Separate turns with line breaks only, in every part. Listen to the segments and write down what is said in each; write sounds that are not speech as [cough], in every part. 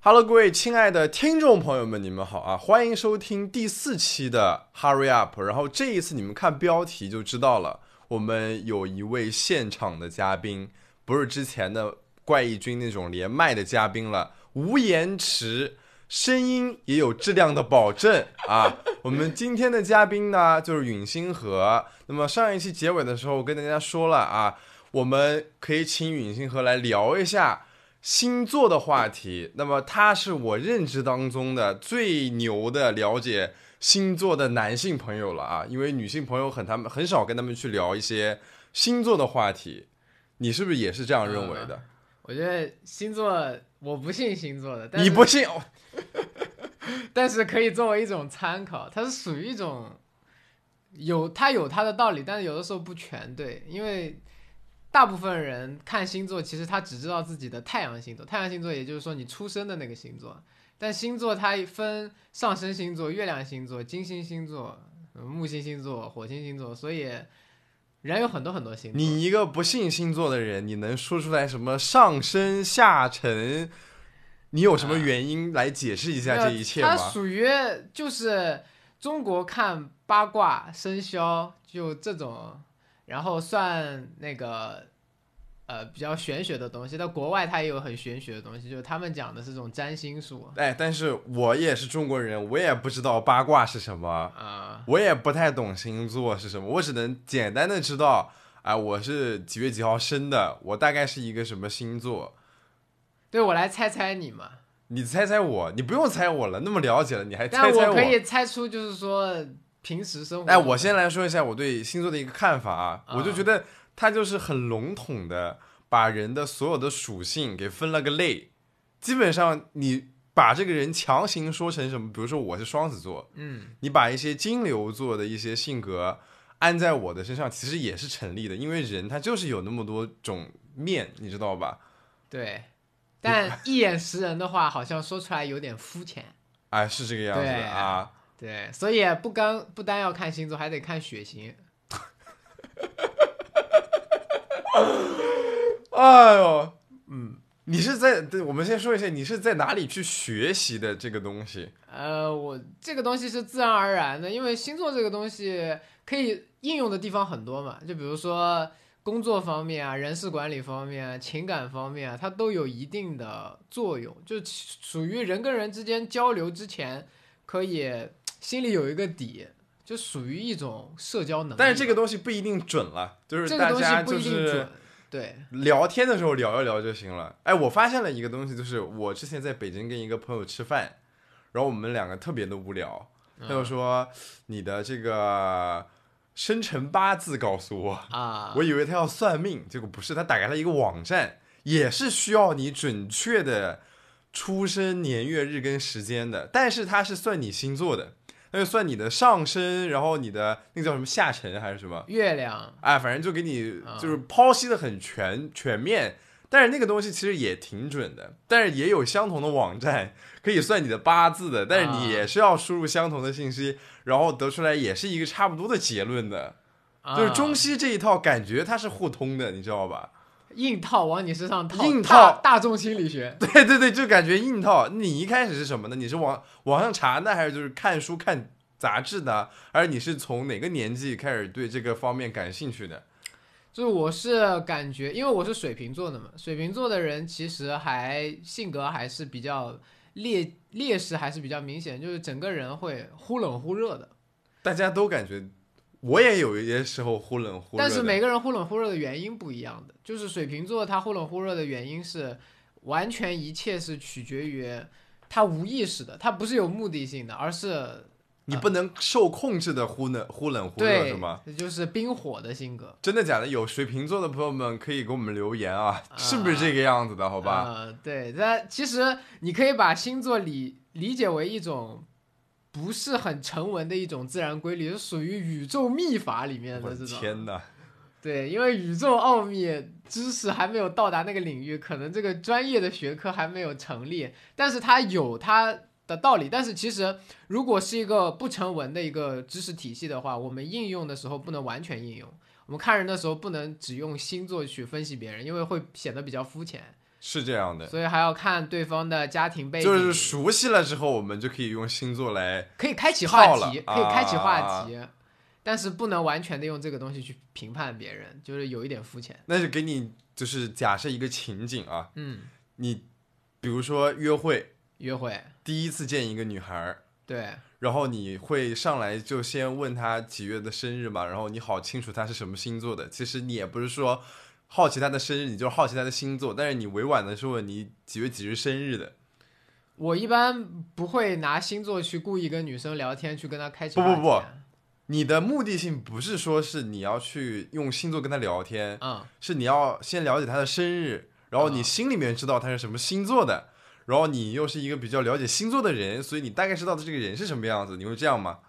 Hello，各位亲爱的听众朋友们，你们好啊！欢迎收听第四期的 Hurry Up。然后这一次你们看标题就知道了，我们有一位现场的嘉宾，不是之前的怪异君那种连麦的嘉宾了，无延迟，声音也有质量的保证啊！我们今天的嘉宾呢，就是允星河。那么上一期结尾的时候，我跟大家说了啊，我们可以请允星河来聊一下。星座的话题，那么他是我认知当中的最牛的了解星座的男性朋友了啊，因为女性朋友很他们很少跟他们去聊一些星座的话题，你是不是也是这样认为的？
我觉得星座我不信星座的，嗯但
你
是
不信？哦
但是可以作为一种参考，它是属于一种有它有它的道理，但是有的时候不全对，因为大部分人看星座，其实他只知道自己的太阳星座，太阳星座也就是说你出生的那个星座，但星座它分上升星座、月亮星座、金星星座、呃木星星座、火星星座，所以人有很多很多星座。
你一个不信星座的人，你能说出来什么上升下沉？你有什么原因来解释一下这一切
它
吗？
属于就是中国看八卦生肖就这种，然后算那个呃比较玄学的东西。但国外它也有很玄学的东西，就是他们讲的是这种占星术
哎，但是我也是中国人，我也不知道八卦是什么。
啊、
我也不太懂星座是什么，我只能简单的知道，啊、我是几月几号生的，我大概是一个什么星座。
对我来猜猜你嘛，
你猜猜我，你不用猜我了，那么了解了，你还哎猜
但
猜
我可以猜出就是说平时生活。
哎，我先来说一下我对星座的一个看法啊，
嗯啊
我就觉得它就是很笼统的把人的所有的属性给分了个类，基本上你把这个人强行说成什么，比如说我是双子座，
嗯
你把一些金牛座的一些性格安在我的身上，其实也是成立的，因为人他就是有那么多种面，你知道吧？ [laughs]
对，但一眼识人的话，好像说出来有点肤浅。
哎，是这个样子
对
的啊。
对，所以不刚不单要看星座，还得看血型。
哎呦，嗯，你是在对，我们先说一下，你是在哪里去学习的这个东西？
呃，我这个东西是自然而然的，因为星座这个东西可以应用的地方很多嘛，就比如说工作方面啊、人事管理方面啊、情感方面啊，它都有一定的作用，就其属于人跟人之间交流之前，可以嘖心里有一个底，就属于一种社交能力吧。
但是这个东西不一定准了，就是
嗯这个
大
东西
家
不
就
一定准
是，
对，
聊天的时候聊一聊就行了。哎，我发现了一个东西，就是我之前在北京跟一个朋友吃饭，然后我们两个特别的无聊，
嗯
他就说你的这个生辰八字告诉我，
啊，
我以为他要算命，结果不是，他打开了一个网站，也是需要你准确的出生年月日跟时间的，但是他是算你星座的，他就算你的上升，然后你的那个叫什么下沉还是什么，
月亮
哎，反正就给你
啊
就是剖析的很全全面。但是那个东西其实也挺准的，但是也有相同的网站可以算你的八字的，但是你
啊
也是要输入相同的信息，然后得出来也是一个差不多的结论的。就是中
啊
西这一套，感觉它是互通的，你知道吧？ [laughs]
硬套往你身上套，
硬
大
套
大众心理学。
对对对，就感觉硬套。你一开始是什么呢？你是网网上查呢，还是就是看书看杂志呢？而你是从哪个年纪开始对这个方面感兴趣的？
就是我是感觉，因为我是水瓶座的嘛，水瓶座的人其实还性格还是比较劣劣势还是比较明显，就是整个人会忽冷忽热的。
大家都感觉，我也有一些时候忽冷忽热的。
但是每个人忽冷忽热的原因不一样的，就是水瓶座他忽冷忽热的原因是完全一切是取决于他无意识的，他不是有目的性的，而是
你不能受控制的忽冷忽冷忽热
对
是吗？，
就是冰火的性格。
真的假的？有水瓶座的朋友们可以给我们留言啊，
啊
是不是这个样子的？好吧，
呃对，但其实你可以把星座理理解为一种不是很成文的一种自然规律，是属于宇宙秘法里面
我
的
的
这种。
天哪！
对，因为宇宙奥秘知识还没有到达那个领域，可能这个专业的学科还没有成立，但是它有它的道理。但是其实，如果是一个不成文的一个知识体系的话，我们应用的时候不能完全应用。我们看人的时候不能只用星座去分析别人，因为会显得比较肤浅。
是这样的，
所以还要看对方的家庭背景，
就是熟悉了之后，我们就可以用星座来
可以开启话
套了
题，可以开启话
啊
题，但是不能完全的用这个东西去评判别人，
嗯
就是有一点肤浅。
那就给你就是假设一个情景啊，
嗯，
你比如说约会，
约会，
第一次见一个女孩儿，
对，
然后你会上来就先问她几月的生日嘛，然后你好清楚她是什么星座的。其实你也不是说好奇她的生日，你就是好奇她的星座，但是你委婉的是问你几月几日生日的。
我一般不会拿星座去故意跟女生聊天，去跟她开启
不不
话题啊
不你的目的性不是说是你要去用星座跟她聊天，
嗯，
是你要先了解她的生日，然后你
啊
心里面知道她是什么星座的，然后你又是一个比较了解星座的人，所以你大概知道的这个人是什么样子。你会这样吗？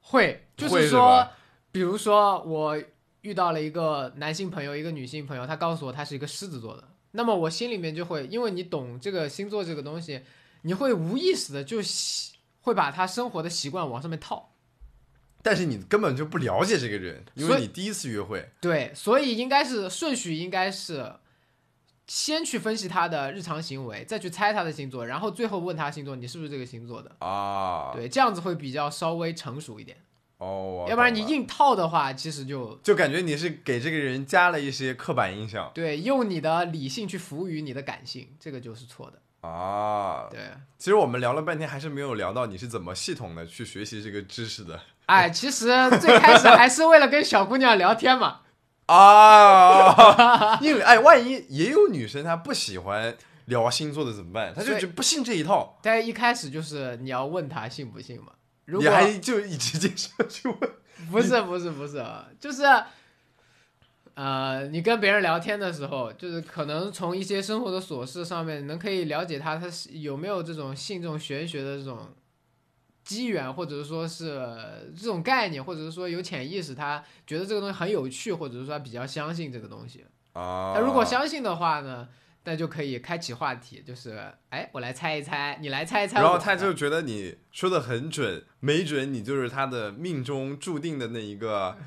会，就
会
是
是
说
吧，
比如说我遇到了一个男性朋友，一个女性朋友，他告诉我他是一个狮子座的，那么我心里面就会，因为你懂这个星座这个东西，你会无意识的就习会把他生活的习惯往上面套。
但是你根本就不了解这个人，因
所
为
以
你第一次约会。
对，所以应该是顺序应该是先去分析他的日常行为，再去猜他的星座，然后最后问他星座你是不是这个星座的。
啊，
对，这样子会比较稍微成熟一点，
哦，我
要不然你
懂了
硬套的话，其实就
就感觉你是给这个人加了一些刻板印象
对用你的理性去服务于你的感性，这个就是错的。
啊。
对，
其实我们聊了半天，还是没有聊到你是怎么系统的去学习这个知识
[laughs]
的
哎，其实最开始还是为了跟小姑娘聊天嘛。 [laughs]
啊。因为哎，万一也有女生她不喜欢聊星座的怎么办？她就
所以
觉得不信这一套，
但一开始就是你要问他信不信嘛。如
你
果
还就一直接上去
[laughs]
问。
不是不是不是，啊就是，呃，你跟别人聊天的时候，就是可能从一些生活的琐事上面，能可以了解他他是有没有这种信这种玄学的这种机缘，或者是说是这种概念，或者是说有潜意识，他觉得这个东西很有趣，或者是说他比较相信这个东西。
啊
他如果相信的话呢，那就可以开启话题，就是哎，我来猜一猜，你来猜一猜我
然
的。
后他就觉得你说的很准，没准你就是他的命中注定的那一个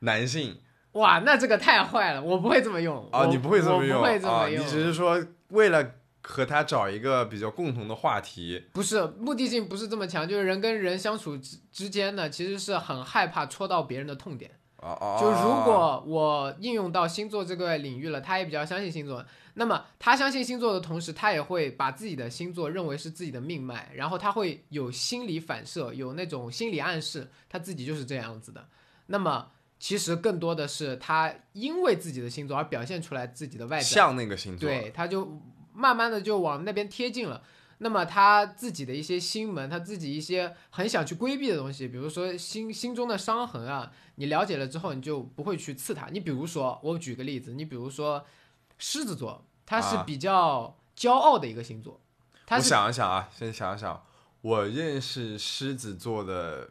男性。
哇，那这个太坏了，我不会这么用
啊，
我
你不会这么用
我不会这
啊，
么
你
用，
只是说为了和他找一个比较共同的话题
不是目的性不是这么强，就是人跟人相处之之间呢，其实是很害怕戳到别人的痛点。
啊啊，
就如果我应用到星座这个领域了，他也比较相信星座，那么他相信星座的同时，他也会把自己的星座认为是自己的命脉，然后他会有心理反射，有那种心理暗示，他自己就是这样子的。那么其实更多的是他因为自己的星座而表现出来自己的外表，
像那个星座，
对，他就慢慢的就往那边贴近了。那么他自己的一些心门，他自己一些很想去规避的东西，比如说心心中的伤痕啊，你了解了之后，你就不会去刺它。你比如说，我举个例子，你比如说狮子座，它是
啊
比较骄傲的一个星座，它
我
是
想一想啊，先想一想，我认识狮子座的，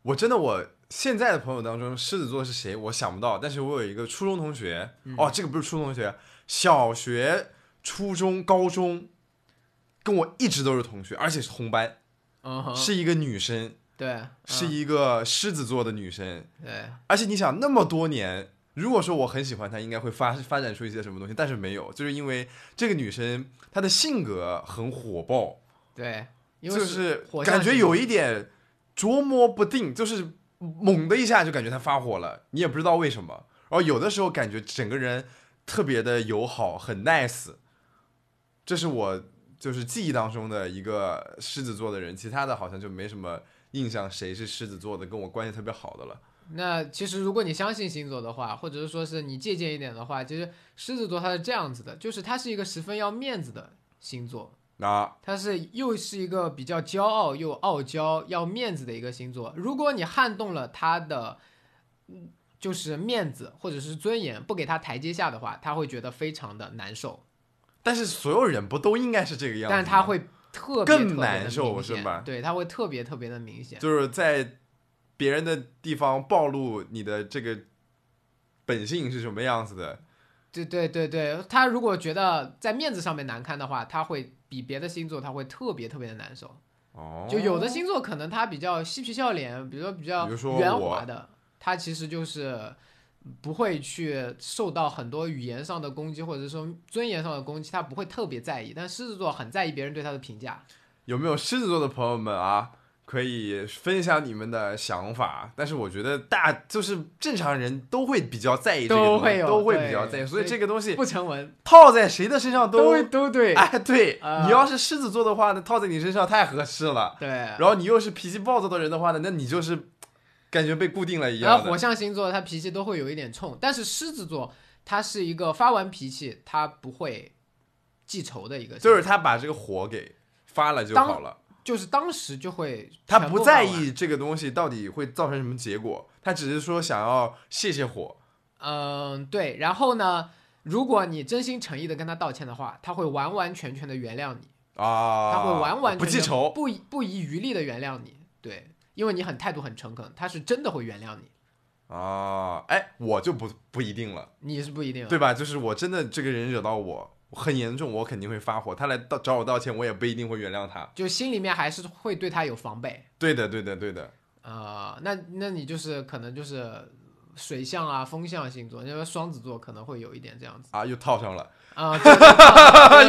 我真的我现在的朋友当中，狮子座是谁我想不到，但是我有一个初中同学，
嗯
哦，这个不是初中同学，小学、初中、高中，跟我一直都是同学，而且是同班，
嗯哼，
是一个女生，
对，
是
嗯
一个狮子座的女生。
对，
而且你想，那么多年，如果说我很喜欢她，应该会发发展出一些什么东西，但是没有，就是因为这个女生她的性格很火爆，
对，因为
就是是
火象
感觉
星
有
座
一点捉摸不定，就是猛的一下就感觉她发火了，你也不知道为什么。然后有的时候感觉整个人特别的友好，很 nice，这是我就是记忆当中的一个狮子座的人，其他的好像就没什么印象，谁是狮子座的跟我关系特别好的了。
那其实，如果你相信星座的话，或者是说是你借鉴一点的话，其实狮子座它是这样子的，就是它是一个十分要面子的星座，
那、
它是又是一个比较骄傲又傲娇要面子的一个星座。如果你撼动了他的，嗯就是面子或者是尊严，不给他台阶下的话，他会觉得非常的难受，
但是所有人不都应该是这个样子吗？
但是他会特别
更
特别地
难受
明显
是吧
对，他会特别特别的明显。
就是在别人的地方暴露你的这个本性是什么样子的。
对对对对，他如果觉得在面子上面难堪的话，他会比别的星座他会特别特别的难受。
哦，
就有的星座可能他比较嬉皮笑脸，比如说比较
比如说
圆
我
滑的，他其实就是不会去受到很多语言上的攻击，或者说尊严上的攻击，他不会特别在意。但狮子座很在意别人对他的评价。
有没有狮子座的朋友们啊？可以分享你们的想法，但是我觉得大就是正常人都会比较在意这个
都
东西，
会有
都会
对
比较在意，所以
所以
这个东西
不成文
套在谁的身上都
都都对，
哎，对、
啊
你要是狮子座的话呢，套在你身上太合适了。
对。
然后你又是脾气暴躁的人的话呢，那你就是感觉被固定了一
然
样
后
的。
火象星座他脾气都会有一点冲，但是狮子座他是一个发完脾气他不会记仇的一个星座，
就是他把这个火给发了就好了，
就是当时就会
他
全部
不在
发完。
意这个东西到底会造成什么结果，他只是说想要泄泄火。
嗯，对。然后呢，如果你真心诚意的跟他道歉的话，他会完完全全的原谅你，
啊，
他会完完全全
不记仇，
不遗不遗余力的原谅你。对，因为你很态度很诚恳，他是真的会原谅你，
啊，哎，我就不不一定了，
你是不一定的。
对吧？就是我真的这个人惹到我很严重，我肯定会发火。他来道找我道歉，我也不一定会原谅他。
就心里面还是会对他有防备。
对的，对的，对的。
啊、那那你就是可能就是水象啊、风象星座，因为双子座可能会有一点这样子
啊，又套上了。
啊、对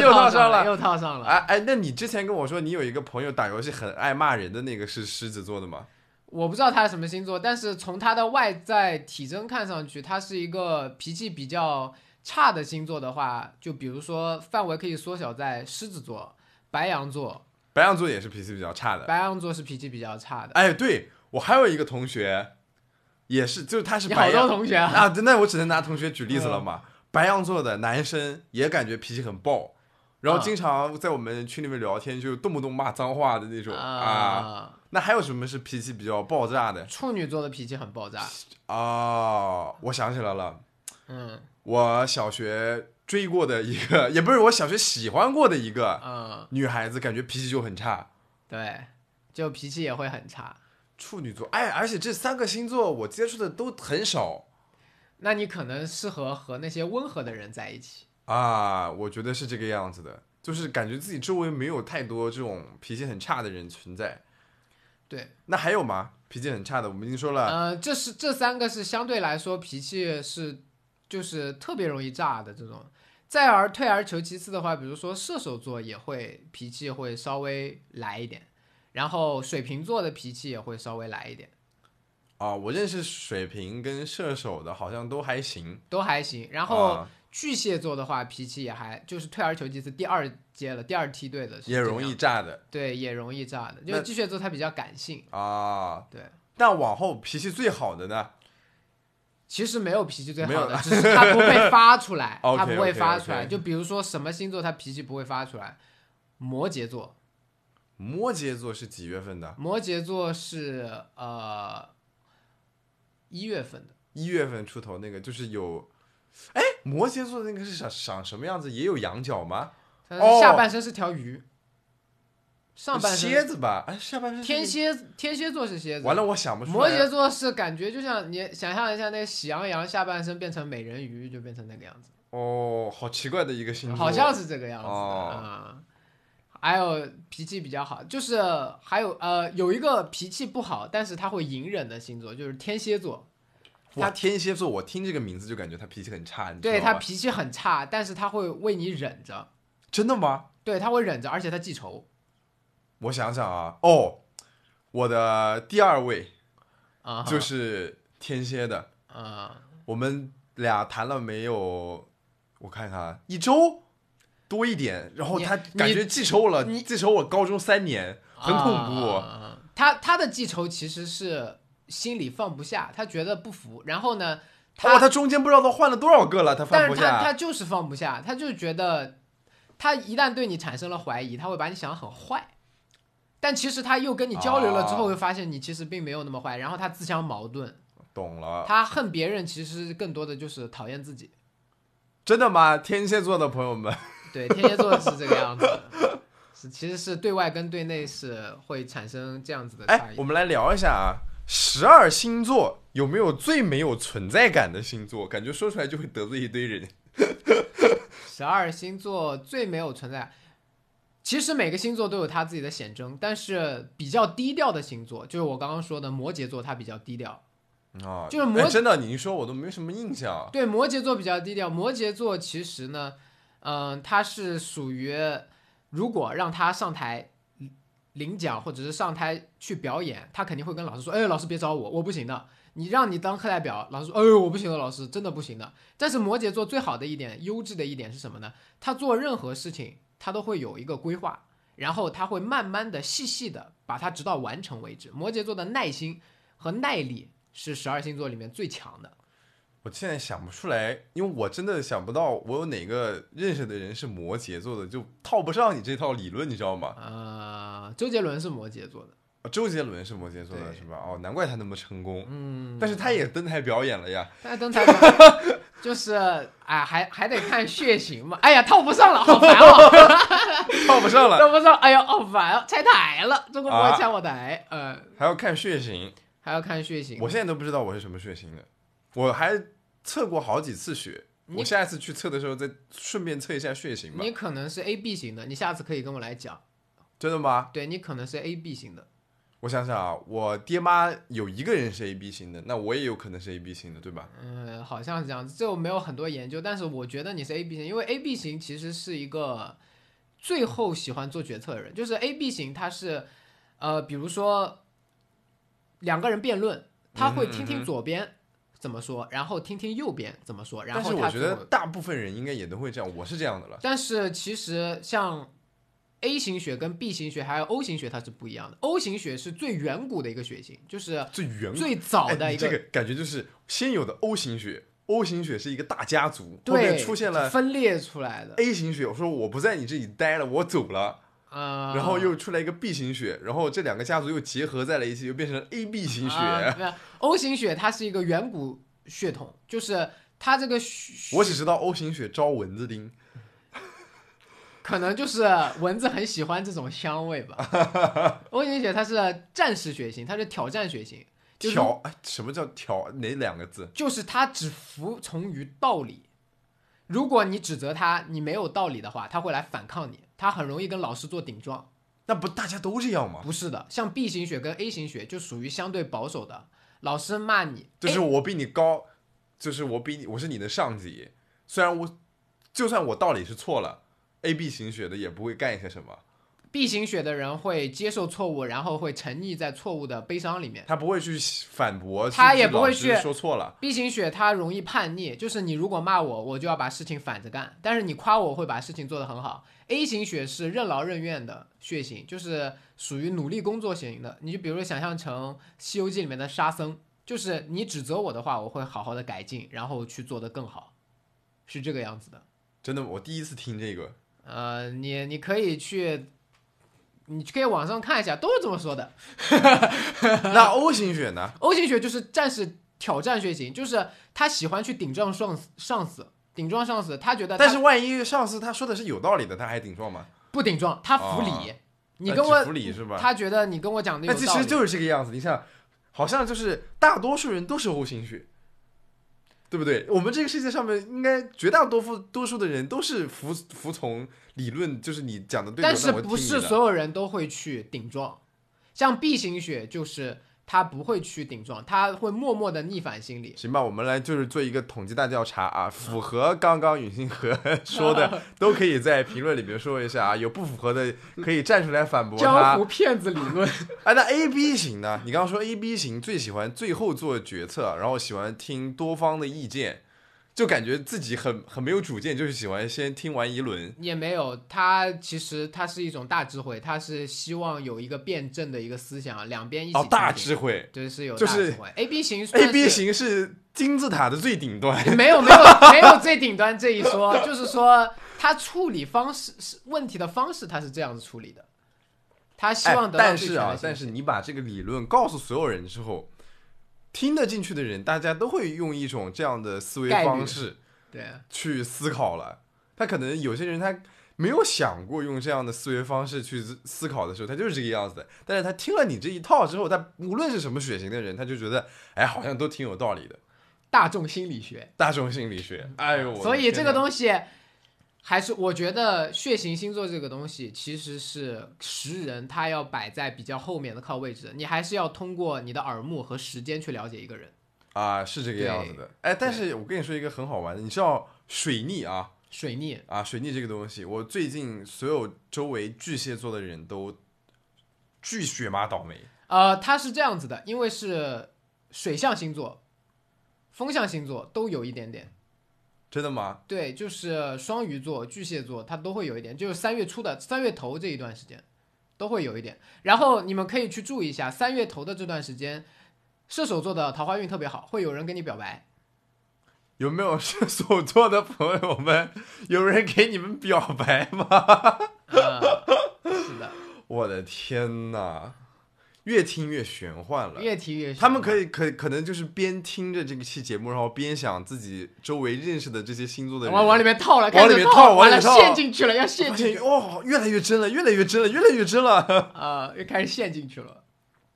[laughs] 又套
套
上了
又套上了。
哎哎，那你之前跟我说你有一个朋友打游戏很爱骂人的那个是狮子座的吗？
我不知道他是什么星座，但是从他的外在体征看上去，他是一个脾气比较差的星座的话，就比如说范围可以缩小在狮子座、白羊座，
白羊座也是脾气比较差的。
白羊座是脾气比较差的。
哎，对我还有一个同学，也是，就是他是
你好嗯
白
多
羊
同
[laughs]
学啊，
啊，对那我只能拿同学举例子了嘛。白羊座的男生也感觉脾气很暴，然后
嗯
经常在我们群里面聊天，就动不动骂脏话的那种啊。
啊，
那还有什么是脾气比较爆炸的
处女座的脾气很爆炸，
啊？我想起来了，
嗯
我小学追过的一个，也不是我小学喜欢过的一个，
嗯，
女孩子感觉脾气就很差。
对，就脾气也会很差。
处女座，哎，而且这三个星座我接触的都很少
那你可能适合和那些温和的人在一起。
啊，我觉得是这个样子的，就是感觉自己周围没有太多这种脾气很差的人存在。
对，
那还有吗？脾气很差的，我们已经说了，
呃，这是这三个是相对来说脾气是就是特别容易炸的这种。再而退而求其次的话，比如说射手座也会脾气会稍微来一点，然后水瓶座的脾气也会稍微来一点，呃
啊，我认识水瓶跟射手的，好像都还行。
都还行。然后
啊
巨蟹座的话，脾气也还就是退而求其次，第二阶了，第二梯队的是
也
这
容易
样
炸的
对，也容易炸的。因
那
为巨蟹座他比较感性，
啊。
对。
但往后脾气最好的呢？
其实没有脾气最
没有，
好的，只是他不会发出来
OK， [laughs]
他不会发出
OK，OK
来。就比如说什么星座他脾气不会发出来，摩羯座，
摩羯座是几月份的？
摩羯座是呃一月份的，
一月份出头那个，就是有，哎，摩羯座的那个是长长什么样子？也有羊角吗？
他
哦
下半身是条鱼，上半
蝎
身
子吧？哎，下半身是
天蝎天蝎座是蝎子，
完了，我想不出来。
摩羯座是感觉就像你想象一下那个喜羊羊下半身变成美人鱼就变成那个样子，
哦，好奇怪的一个星座，
好像是这个样子的
哦
啊、还有脾气比较好，就是还有呃，有一个脾气不好，但是他会隐忍的星座，就是天蝎座。
哇，天蝎座，我听这个名字就感觉他脾气很差，你知
对
道吗
他脾气很差，但是他会为你忍着，
真的吗？
对他会忍着，而且他记仇
我想想啊，哦，我的第二位
啊，
就是天蝎的，
啊、
我们俩谈了没有？我看看啊，一周多一点，然后
你
他
你
感觉记仇我了，记仇我高中三年，很恐怖。
啊他他的记仇其实是心里放不下，他觉得不服，然后呢，
哇，他中间不知道都换了多少个了，他放
但
不
是他
下。
他就是放不下，他就觉得他一旦对你产生了怀疑，他会把你想得很坏。但其实他又跟你交流了之后，
啊
会发现你其实并没有那么坏，然后他自相矛盾，
懂了，
他恨别人，其实更多的就是讨厌自己。
真的吗？天蝎座的朋友们，
对，天蝎座是这个样子的，是其实是对外跟对内是会产生这样子的差
哎，
异
我。们来聊一下啊，十二星座有没有最没有存在感的星座？感觉说出来就会得罪一堆人。
十二星座最没有存在，其实每个星座都有他自己的显征，但是比较低调的星座，就是我刚刚说的摩羯座，它比较低调。
啊，
就是摩
哎真的，你一说我都没什么印象。
对，摩羯座比较低调。摩羯座其实呢，嗯、它是属于如果让他上台领奖或者是上台去表演，他肯定会跟老师说：“哎，老师别找我，我不行的。”你让你当课代表，老师说：“哎呦，我不行的，老师真的不行的。”但是摩羯座最好的一点，优质的一点是什么呢？他做任何事情，他都会有一个规划，然后他会慢慢的、细细的把它直到完成为止。摩羯座的耐心和耐力是十二星座里面最强的。
我现在想不出来，因为我真的想不到我有哪个认识的人是摩羯座的，就套不上你这套理论，你知道吗？
啊、周杰伦是摩羯座的，
啊周杰伦是摩羯座的
对
是吧？哦，难怪他那么成功。嗯，但是他也登台表演了呀。
但登台表就是哎，还还得看血型嘛。哎呀，套不上了，好烦哦，
套不上了，
套不上，哎呀，好烦哦，拆台了，中国不会拆我台，呃，
还要看血型。
还要看血型
我。现在都不知道我是什么血型的，我还测过好几次血。
你
我下一次去测的时候再顺便测一下血型吧
你。可能是 A B 型的，你下次可以跟我来讲。
真的吗？
对你可能是 A B 型的，
我想想啊，我爹妈有一个人是 A B 型的，那我也有可能是 A B 型的，对吧？
嗯，好像是这样子。这我没有很多研究，但是我觉得你是 A B 型，因为 A B 型其实是一个最后喜欢做决策的人，就是 A B 型他是，呃，比如说两个人辩论，他会听
嗯哼嗯
听
哼
左边怎么说，然后听听右边怎么说，然
但是
后
我
他
觉
最后
得大部分人应该也都会这样，我是这样的了。
但是其实像 A 型血跟 B 型血还有 O 型血它是不一样的，O 型血是最远古的一个血型，就是
最远古
最早
哎
的
你
一个
这个感觉就是先有的 O 型血，O 型血是一个大家族，后
对
面出现了
分裂出来的，
A 型血，我说我不在你这里待了，我走了，
啊，
然后又出来一个 B 型血，然后这两个家族又结合在了一起，又变成了 AB 型血。 [laughs]
啊没有 O 型血它是一个远古血统，就是它这个血
我只知道 O 型血招蚊子叮，
可能就是蚊子很喜欢这种香味吧。O
[laughs]
型血它是战士血型，它是挑战血型，就是
挑哎，什么叫挑？哪两个字？
就是它只服从于道理。如果你指责他，你没有道理的话，他会来反抗你，他很容易跟老师做顶撞。
那不大家都这样吗？
不是的，像 B 型血跟 A 型血就属于相对保守的，老师骂你，
就是我比你高，就是我比你，我是你的上级。虽然我，就算我道理是错了，A B 型血的也不会干一些什么。
B 型血的人会接受错误，然后会沉溺在错误的悲伤里面。
他不会去反驳，
他
是是
也不会
老师
去
说错了。
B 型血他容易叛逆，就是你如果骂我，我就要把事情反着干；但是你夸我，我会把事情做得很好。A 型血是任劳任怨的血型，就是属于努力工作型的。你就比如说想象成《西游记》里面的沙僧，就是你指责我的话，我会好好的改进，然后去做得更好，是这个样子的。
真的，我第一次听这个。
呃，你你可以去，你可以网上看一下，都是这么说的。
那 O 型血
[laughs]
呢？
O 型血就是战士挑战血型，就是他喜欢去顶撞上司，上司顶撞上司，他觉得他
但是万一上司他说的是有道理的，他还顶撞吗？呃
不顶撞，他服理。你
那
跟
只
我
哦哎服理是吧？
他觉得你跟我讲的有
那
道
哎其
理，
实就是这个样子。你想，好像就是大多数人都是 O 型血，对不对？我们这个世界上面应该绝大多数多数的人都是服服从理论，就是你讲的对的，
但是
那我听
不是
你的
所有人都会去顶撞。像 B 型血就是他不会去顶撞，他会默默的逆反心理。
行吧，我们来就是做一个统计大调查啊，符合刚刚允星
[laughs]
河说的，都可以在评论里面说一下啊，有不符合的可以站出来反驳
[laughs] 江
他。
湖骗子理论， [laughs]
哎，那 A B 型呢？你刚刚说 A B 型最喜欢最后做决策，然后喜欢听多方的意见，就感觉自己很很没有主见，就是喜欢先听完一轮。
也没有，他其实他是一种大智慧，他是希望有一个辩证的一个思想，两边一起
哦，大
进行
智慧
对，是有
就
大
是
智慧 A B 型算
，A
是
B 型是金字塔的最顶端。
[laughs]
哎
没有没有没有最顶端这一说，就是说他处理方式是问题的方式，他是这样子处理的，他希望
哎、
得到
但
最
是
全的信息、
啊，但是你把这个理论告诉所有人之后，听得进去的人，大家都会用一种这样的思维
概率
方式
对啊
去思考了。他可能有些人他没有想过用这样的思维方式去思思考的时候，他就是这个样子的。但是他听了你这一套之后，他无论是什么血型的人，他就觉得，哎，好像都挺有道理的。
大众心理学，
大众心理学，哎呦，我的
所以
天
这个
哪
东西还是我觉得血型星座这个东西其实是识人，他要摆在比较后面的靠位置的，你还是要通过你的耳目和时间去了解一个人。
啊，是这个样子的。哎，但是我跟你说一个很好玩的，你知道水逆啊
水逆，
啊，水逆这个东西，我最近所有周围巨蟹座的人都巨血妈倒霉
呃，它是这样子的，因为是水象星座、风象星座都有一点点。
真的吗？
对，就是双鱼座、巨蟹座，它都会有一点，就是三月初的三月头这一段时间，都会有一点。然后你们可以去注意一下，三月头的这段时间，射手座的桃花运特别好，会有人跟你表白。
有没有射手座的朋友们，有人给你们表白吗？ [laughs]
呃，是的，
我的天呐，越听越玄幻了。
越提越
他们可
以
以可可能就是边听着这个期节目，然后边想自己周围认识的这些星座的人，
往往里面套了，
往
开始
里面套
套，
往
完
里
了
面套
陷进去了，要陷
发
进去
现 [laughs] 哇、越来越真了，越来越真了，越来越真了。
啊、又开始陷进去了。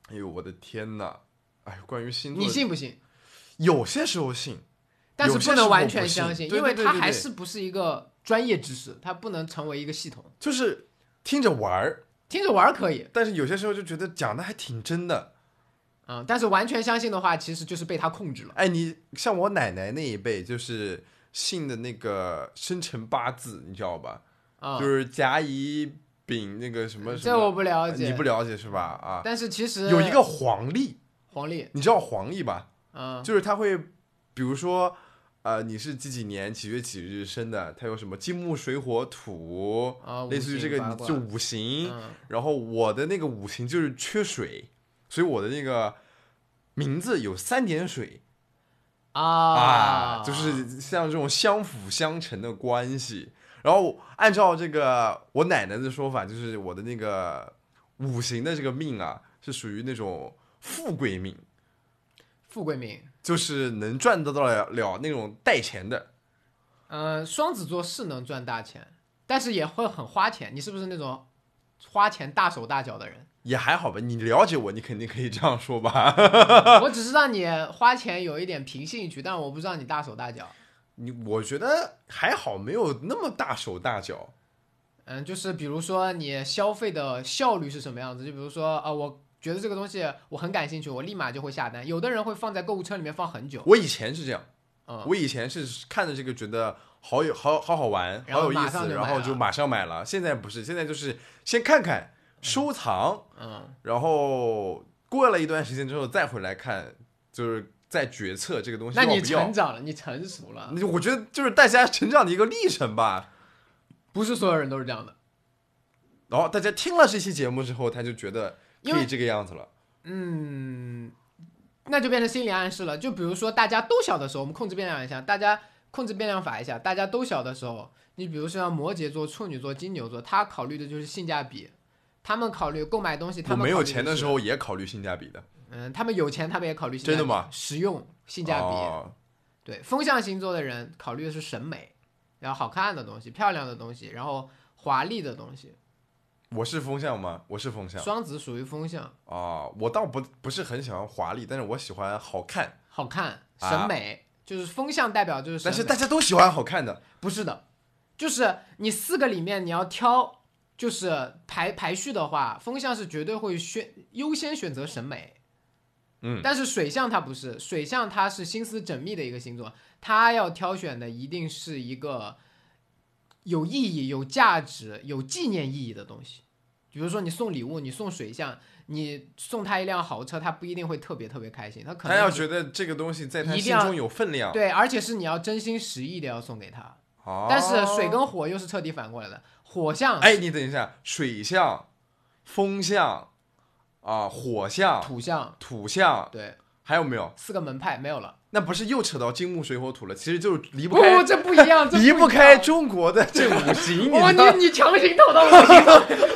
哎呦，我的天呐！哎，关于星座，
你信不信？
有些时候信，
但是
有些
不
时
能
候
完
不
全
信
相信，
对
因为
对对
它
对
还
对
是不是一个专业知识，它不能成为一个系统。
就是听着玩儿，
听着玩儿可以，
但是有些时候就觉得讲的还挺真的。
嗯，但是完全相信的话，其实就是被他控制了。
哎，你像我奶奶那一辈，就是信的那个生辰八字，你知道吧？
啊、
就是甲乙丙那个什么什
嗯这我
么，
不了解，
你不了解是吧？啊，
但是其实
有一个黄历，
黄历，
你知道黄历吧？
嗯，
就是他会，比如说，呃，你是几几年几月几日生的，它有什么金木水火土，
啊，
类似于这个
五行八
你
卦
就五行。
嗯
然后我的那个五行就是缺水，所以我的那个名字有三点水
啊
啊，就是像这种相辅相成的关系。然后按照这个我奶奶的说法，就是我的那个五行的这个命啊，是属于那种富贵命。
富贵命。
就是能赚得到了了那种带钱的，
嗯，双子座是能赚大钱，但是也会很花钱。你是不是那种花钱大手大脚的人？ [laughs]
也还好吧。你了解我，你肯定可以这样说吧。
我只是让你花钱有一点凭兴趣，但我不知道你大手大脚。
你我觉得还好，没有那么大手大脚。
嗯，就是比如说你消费的效率是什么样子？就比如说啊、我觉得这个东西我很感兴趣，我立马就会下单。有的人会放在购物车里面放很久，
我以前是这样，
嗯
我以前是看着这个觉得好有好好好玩，
然后
好有意
马上
思，
就买
然后就
了
马上买了。现在不是，现在就是先看看收藏，
嗯，
然后过了一段时间之后再回来看，就是再决策这个东西
那
要
你
不
成
要。
长了，你成熟了，
那我觉得就是大家成长的一个历程吧。
不是所有人都是这样的。
然后大家听了这期节目之后，他就觉得可以这个样子了。
嗯，那就变成心理暗示了。就比如说大家都小的时候，我们控制变量一下，大家控制变量法一下，大家都小的时候，你比如说像摩羯座、处女座、金牛座，他考虑的就是性价比，他们考虑购买东西，他
我
们
没有
考虑
钱的
是
时候也考虑性价比的，
嗯，他们有钱，他们也考虑性价
真
比
的吗
实用、性价比。
哦
对，风象星座的人考虑的是审美，然后好看的东西、漂亮的东西，然后华丽的东西。
我是风向吗？我是风向
双子属于风象，
哦，我倒不不是很喜欢华丽，但是我喜欢好看。
好看、
啊
审美，就是风象代表就是审
但
美。
是大家都喜欢好看的，
不是的，就是你四个里面你要挑，就是排排序的话，风象是绝对会选优先选择审美。
嗯，
但是水象它不是，水象它是心思缜密的一个星座，它要挑选的一定是一个有意义、有价值、有纪念意义的东西。比如说你送礼物，你送水象，你送他一辆豪车，他不一定会特别特别开心，他可
他
能
要
就
觉得这个东西在他
一定
心
要
中有分量。
对，而且是你要真心实意的要送给他。
哦
但是水跟火又是彻底反过来的，火象
哎，你等一下，水象、风象啊、火象、
土象，
土象，
对，
还有没有？
四个门派没有了。
那不是又扯到金木水火土了？其实就是离不
不
开，
这不一
[laughs]
样，这
离
不
不
一
开
样。
中国的这五行，你
哇，
知道吗
你你强行套到我心上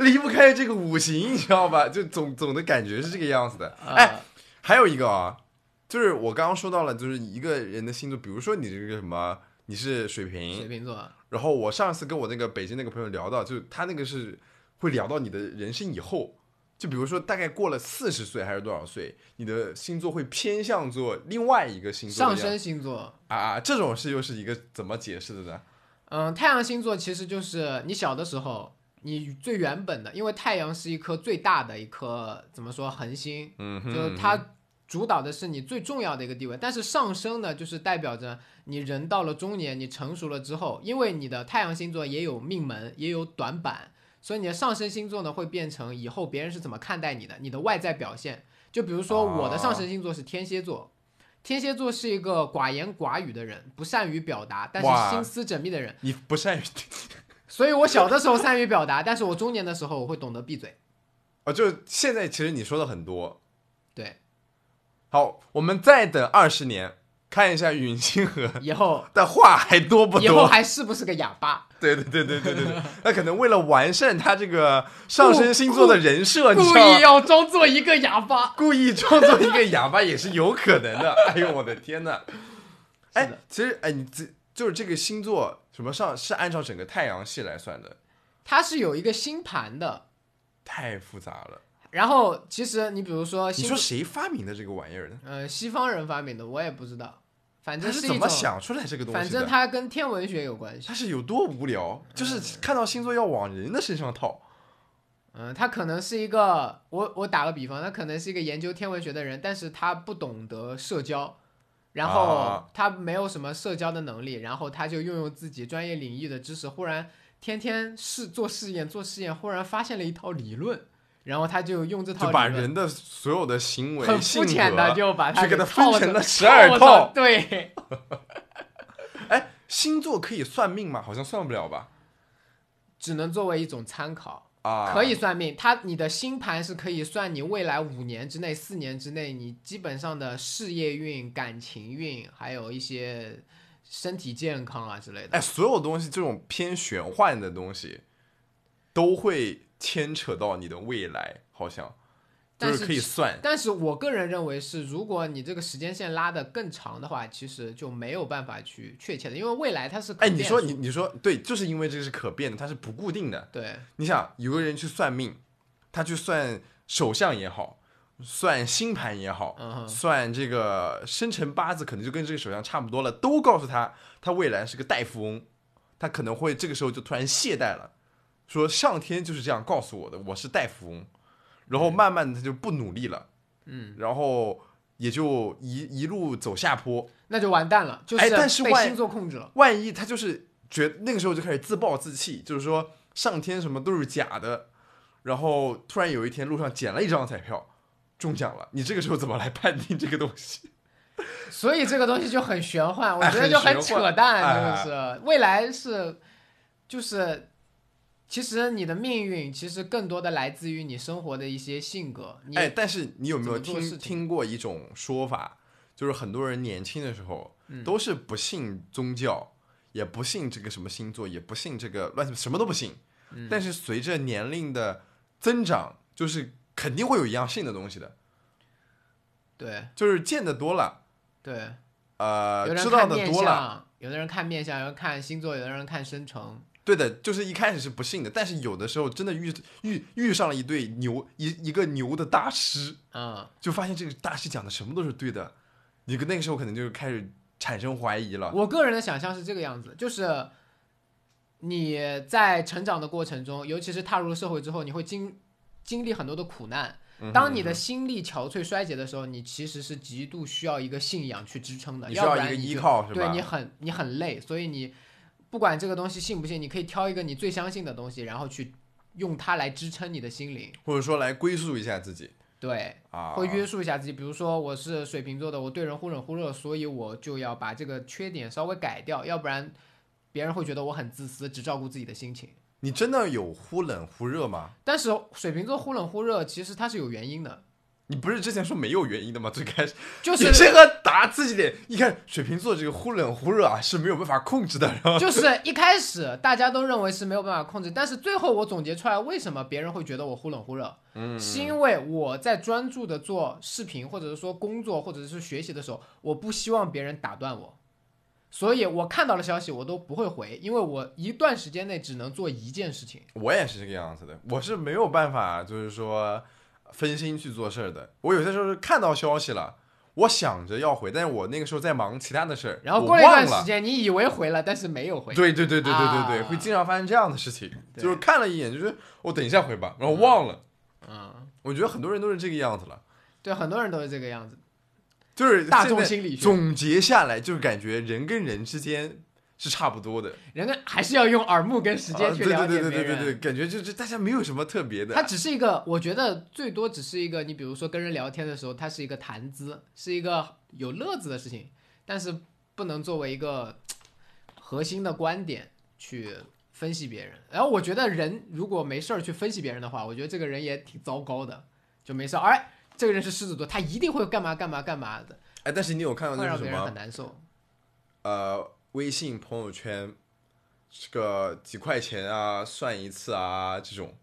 [laughs] 离不开这个五行，你知道吧？就总总的感觉是这个样子的。 [laughs] 哎，
啊
还有一个啊，就是我刚刚说到了，就是一个人的星座，比如说你这个什么，你是水
水
瓶，
瓶座，
然后我上次跟我那个北京那个朋友聊到，就是他那个是会聊到你的人生以后，就比如说大概过了四十岁还是多少岁，你的星座会偏向做另外一个星座的
上
样
升星座，
啊啊，这种是又是一个怎么解释的呢？
嗯，太阳星座其实就是你小的时候，你最原本的，因为太阳是一颗最大的一颗怎么说恒星，
嗯哼，
就是它主导的是你最重要的一个地位，但是上升呢，就是代表着你人到了中年，你成熟了之后，因为你的太阳星座也有命门，也有短板，所以你的上升星座呢会变成以后别人是怎么看待你的，你的外在表现。就比如说我的
哦
上升星座是天蝎座，天蝎座是一个寡言寡语的人，不善于表达，但
哇
是心思缜密的人。
你不善于 [laughs]
所以我小的时候善于表达，但是我中年的时候我会懂得闭嘴。
哦，就现在其实你说的很多。
对，
好，我们再等二十年，看一下允星河
以后
的话还多 [laughs] 不
以后
多？
还是不是个哑巴？
对对对对对对对，那可能为了完善他这个上升星座的人设，你
故
知道
意
吗？
要装作一个哑巴。
故意装作一个哑巴也是有可能
[laughs]
的。哎呦，我的天呐！
是
哎
的，
其实哎，你这就是这个星座什么上是按照整个太阳系来算的，
它是有一个星盘的。
太复杂了。
然后其实你比如说
你
星，
说谁发明的这个玩意儿呢？
呃西方人发明的，我也不知道，反
他
正
是
一
怎么
种，
想出来这个东西的？
反正它跟天文学有关系。
他是有多无聊，就是看到星座要往人的身上套。
嗯，他可能是一个，我我打个比方，他可能是一个研究天文学的人，但是他不懂得社交，然后
啊
他没有什么社交的能力，然后他就运用自己专业领域的知识，忽然天天试做试验做试验，忽然发现了一套理论，然后他就用这套
就
理
把
论
人的所有的行为、
很
性
肤
格
浅的就把它
去给它
套
分成
上
了12
套
套
上对，
哎，星座可以算命吗？好像算不了吧？
只能作为一种参考，
啊，
可以算命。它你的星盘是可以算你未来五年之内、四年之内你基本上的事业运、感情运，还有一些身体健康啊之类的。
哎，所有东西这种偏玄幻的东西，都会牵扯到你的未来，好像就
但
是
是
可以算。
但是我个人认为是，如果你这个时间线拉得更长的话，其实就没有办法去确切的，因为未来它是可
哎，你
变
说
数
你你说对，就是因为这个是可变的，它是不固定的。
对
你想，有个人去算命，他去算手相也好，算星盘也好，
嗯哼
算这个生辰八字，可能就跟这个手相差不多了，都告诉他他未来是个大富翁，他可能会这个时候就突然懈怠了，说上天就是这样告诉我的，我是大富翁，然后慢慢的他就不努力了，嗯，然后也就一一路走下坡，
那就完蛋了，就
哎但是
被
万
星座控制了。
万一他就是觉那个时候就开始自暴自弃，就是说上天什么都是假的，然后突然有一天路上捡了一张彩票中奖了，你这个时候怎么来判定这个东西？
所以这个东西就很玄幻，我
哎
觉得就
很
很
玄幻哎
扯淡，真的是。未来是，就是，其实你的命运其实更多的来自于你生活的一些性格。你、
哎，但是你有没有
怎么做事
听
情
听过一种说法，就是很多人年轻的时候
嗯
都是不信宗教，也不信这个什么星座，也不信这个乱什么都不信，
嗯
但是随着年龄的增长，就是肯定会有一样信的东西的，
对
就是见得多了。
对，
呃
有，人
知道
看
的
面
多了，
相，有的人看面相，有人看星座，有的人看生辰。
对的，就是一开始是不信的，但是有的时候真的遇遇遇上了一对牛一一个牛的大师，
嗯，
就发现这个大师讲的什么都是对的，你那个时候可能就开始产生怀疑了。
我个人的想象是这个样子，就是你在成长的过程中，尤其是踏入社会之后，你会经经历很多的苦难。
嗯
当你的心力憔悴衰竭的时候，你其实是极度需要一个信仰去支撑的，
你需
要不
要一
然
个
你
依
就
靠是吧
对你很你很累，所以你不管这个东西信不信，你可以挑一个你最相信的东西，然后去用它来支撑你的心灵。
或者说来归宿一下自己
对，
啊，
会约束一下自己。比如说我是水瓶座的，我对人忽冷忽热，所以我就要把这个缺点稍微改掉，要不然别人会觉得我很自私，只照顾自己的心情。
你真的有忽冷忽热吗？
但是水瓶座忽冷忽热，其实它是有原因的，
你不是之前说没有原因的吗？ [laughs] 最开始 [laughs]
就
你
是
这个答自己得一看水瓶座这个忽冷忽热啊是没有办法控制的，然 [laughs] 后
就是一开始大家都认为是没有办法控制，但是最后我总结出来，为什么别人会觉得我忽冷忽热，嗯，是因为我在专注的做视频，或者是说工作，或者是学习的时候，我不希望别人打断我，所以我看到的消息我都不会回，因为我一段时间内只能做一件事情。
我也是这个样子的，我是没有办法，就是说分心去做事儿的。我有些时候是看到消息了，我想着要回，但是我那个时候在忙其他的事儿，
然后
我
过了一段
忘
时
了。
间，你以为回了，但是没有回。
对对对对对对对，
啊
会经常发生这样的事情，
对
就是看了一眼，就是我等一下回吧，然后忘了。
嗯，
我觉得很多人都是这个样子了。
对，很多人都是这个样子。
就是
大
现在
众心理学
总结下来，就是感觉人跟人之间是差不多的，
人家还是要用耳目跟时
啊
间去
对
了
对
解
对
别
对
人。
对对对，感觉就是大家没有什么特别的。
它只是一个，我觉得最多只是一个，你比如说跟人聊天的时候，它是一个谈资，是一个有乐子的事情，但是不能作为一个嘖核心的观点去分析别人。然后我觉得人如果没事儿去分析别人的话，我觉得这个人也挺糟糕的，就没事儿。哎，这个人是狮子座，他一定会干嘛干嘛干嘛的，
哎，但是你有看到
会
那
让
是
别
什
人很
么？
难受。
呃，微信朋友圈这个几块钱啊，算一次啊，这种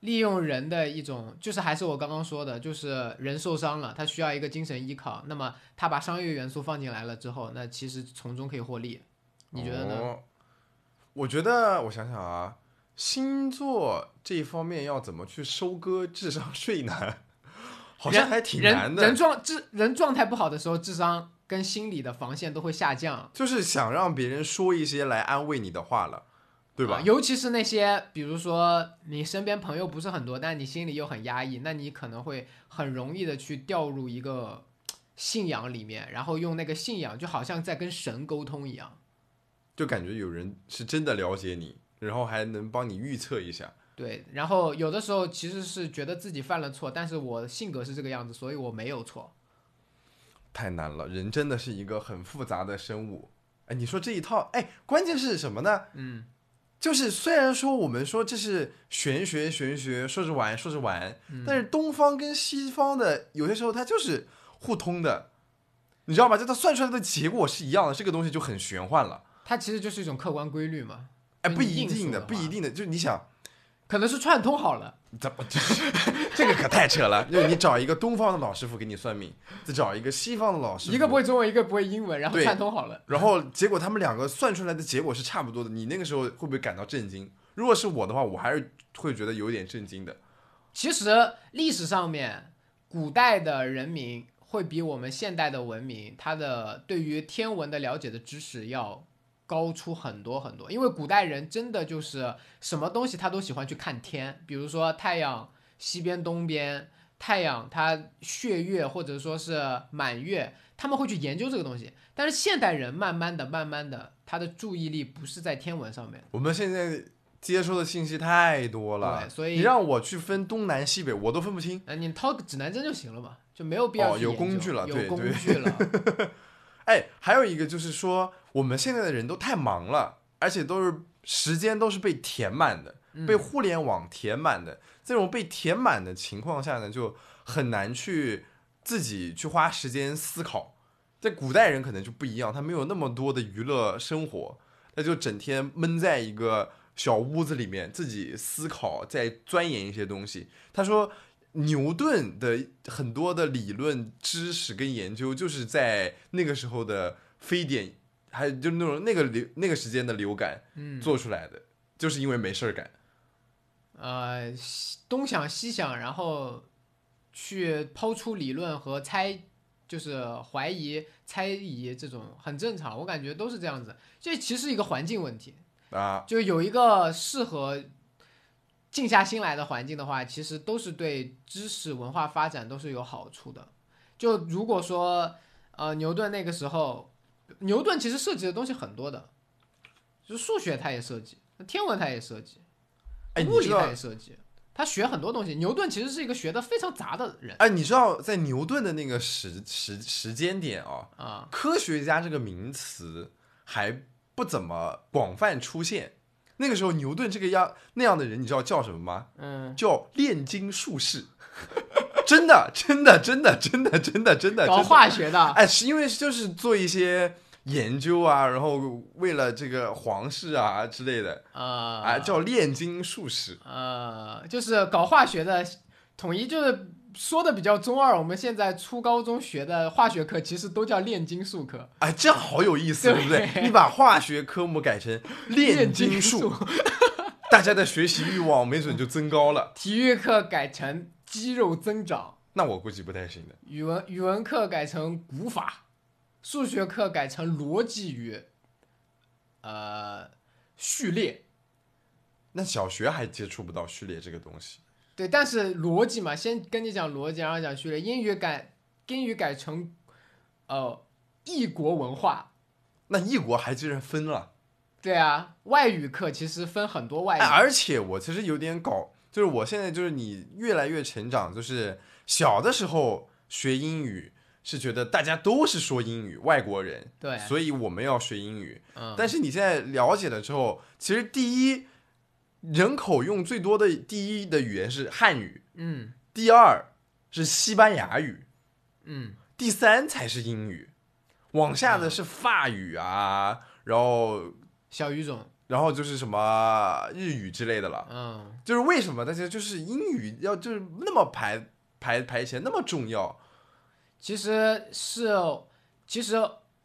利用人的一种，就是还是我刚刚说的，就是人受伤了，他需要一个精神依靠。那么他把商业元素放进来了之后，那其实从中可以获利，你觉得呢？
哦我觉得，我想想啊，星座这一方面要怎么去收割智商税呢？好像
人
还挺
人
难
人
的，
状智人状态不好的时候，智商跟心理的防线都会下降，
就是想让别人说一些来安慰你的话了，对吧
啊？尤其是那些，比如说你身边朋友不是很多，但你心里又很压抑，那你可能会很容易的去掉入一个信仰里面，然后用那个信仰就好像在跟神沟通一样。
就感觉有人是真的了解你，然后还能帮你预测一下。
对，然后有的时候其实是觉得自己犯了错，但是我性格是这个样子，所以我没有错。
太难了，人真的是一个很复杂的生物。哎，你说这一套，哎，关键是什么呢？
嗯，
就是虽然说我们说这是玄学，玄学说着玩说着玩，
嗯
但是东方跟西方的有些时候它就是互通的，你知道吗？就它算出来的结果是一样的，这个东西就很玄幻了。
它其实就是一种客观规律嘛。
哎，
就
不
你
一
硬
定
说
的，
话
不一，定的，就是你想
可能是串通好了。
怎么， [laughs] 这个可太扯了。 [laughs] 就是你找一个东方的老师傅给你算命，再找一个西方的老师傅，
一个不会中文，一个不会英文，然后
对
串通好了。
然后结果他们两个算出来的结果是差不多的，你那个时候会不会感到震惊？如果是我的话，我还是会觉得有点震惊的。
其实历史上面，古代的人民会比我们现代的文明，他的对于天文的了解的知识要高出很多很多。因为古代人真的就是什么东西他都喜欢去看天，比如说太阳西边、东边，太阳它血月或者说是满月，他们会去研究这个东西。但是现代人慢慢的、慢慢的，他的注意力不是在天文上面，
我们现在接收的信息太多了，
对所以
你让我去分东南西北，我都分不清。
呃，你掏个指南针就行了嘛，就没有必要
哦
去
有
研究
工具了对
有工
对
具
[laughs]
了。
哎，还有一个就是说，我们现在的人都太忙了，而且都是时间都是被填满的，
嗯
被互联网填满的。这种被填满的情况下呢，就很难去自己去花时间思考。在古代人可能就不一样，他没有那么多的娱乐生活，他就整天闷在一个小屋子里面自己思考，在钻研一些东西。他说，牛顿的很多的理论知识跟研究，就是在那个时候的非典，还有就那种那个流那个时间的流感
嗯，
做出来的，就是因为没事儿干。
呃，西东想西想，然后去抛出理论和猜，就是怀疑、猜疑这种很正常，我感觉都是这样子。这其实是一个环境问题，
啊，
就有一个适合静下心来的环境的话，其实都是对知识文化发展都是有好处的。就如果说，呃，牛顿那个时候，牛顿其实涉及的东西很多的，就是数学他也涉及，天文他也涉及，
哎，你
物理
知
他
道
也，涉及，他学很多东西。牛顿其实是一个学的非常杂的人
哎，你知道在牛顿的那个时时时间点啊、
啊，
科学家这个名词还不怎么广泛出现。那个时候，牛顿这个样那样的人，你知道叫什么吗？
嗯，
叫炼金术士。 [laughs] 真的，真的，真的，真的，真的，真的，
搞
真的
化学的，
哎，是因为就是做一些研究啊，然后为了这个皇室啊之类的，
呃，
啊，叫炼金术士。
呃，就是搞化学的，统一就是说的比较中二。我们现在初高中学的化学课其实都叫炼金术课，
哎，这样好有意思，
对
对不对？你把化学科目改成炼金
金
术， [laughs] 大家的学习欲望没准就增高了。
体育课改成肌肉增长，
那我估计不太行的。
语文语文课改成古法，数学课改成逻辑与呃序列。
那小学还接触不到序列这个东西。
对，但是逻辑嘛，先跟你讲逻辑，然后讲序列。英语改英语改成呃异国文化。
那异国还居然分了，
对啊，外语课其实分很多外语。
哎，而且我其实有点搞，就是我现在就是你越来越成长，就是小的时候学英语是觉得大家都是说英语，外国人，
对
所以我们要学英语。
嗯，
但是你现在了解了之后，其实第一人口用最多的第一的语言是汉语，
嗯
第二是西班牙语，
嗯，
第三才是英语，往下的是法语啊，然后
小语种，
然后就是什么日语之类的了。
嗯，
就是为什么大家就是英语要就是那么排排排前那么重要？
其实是，其实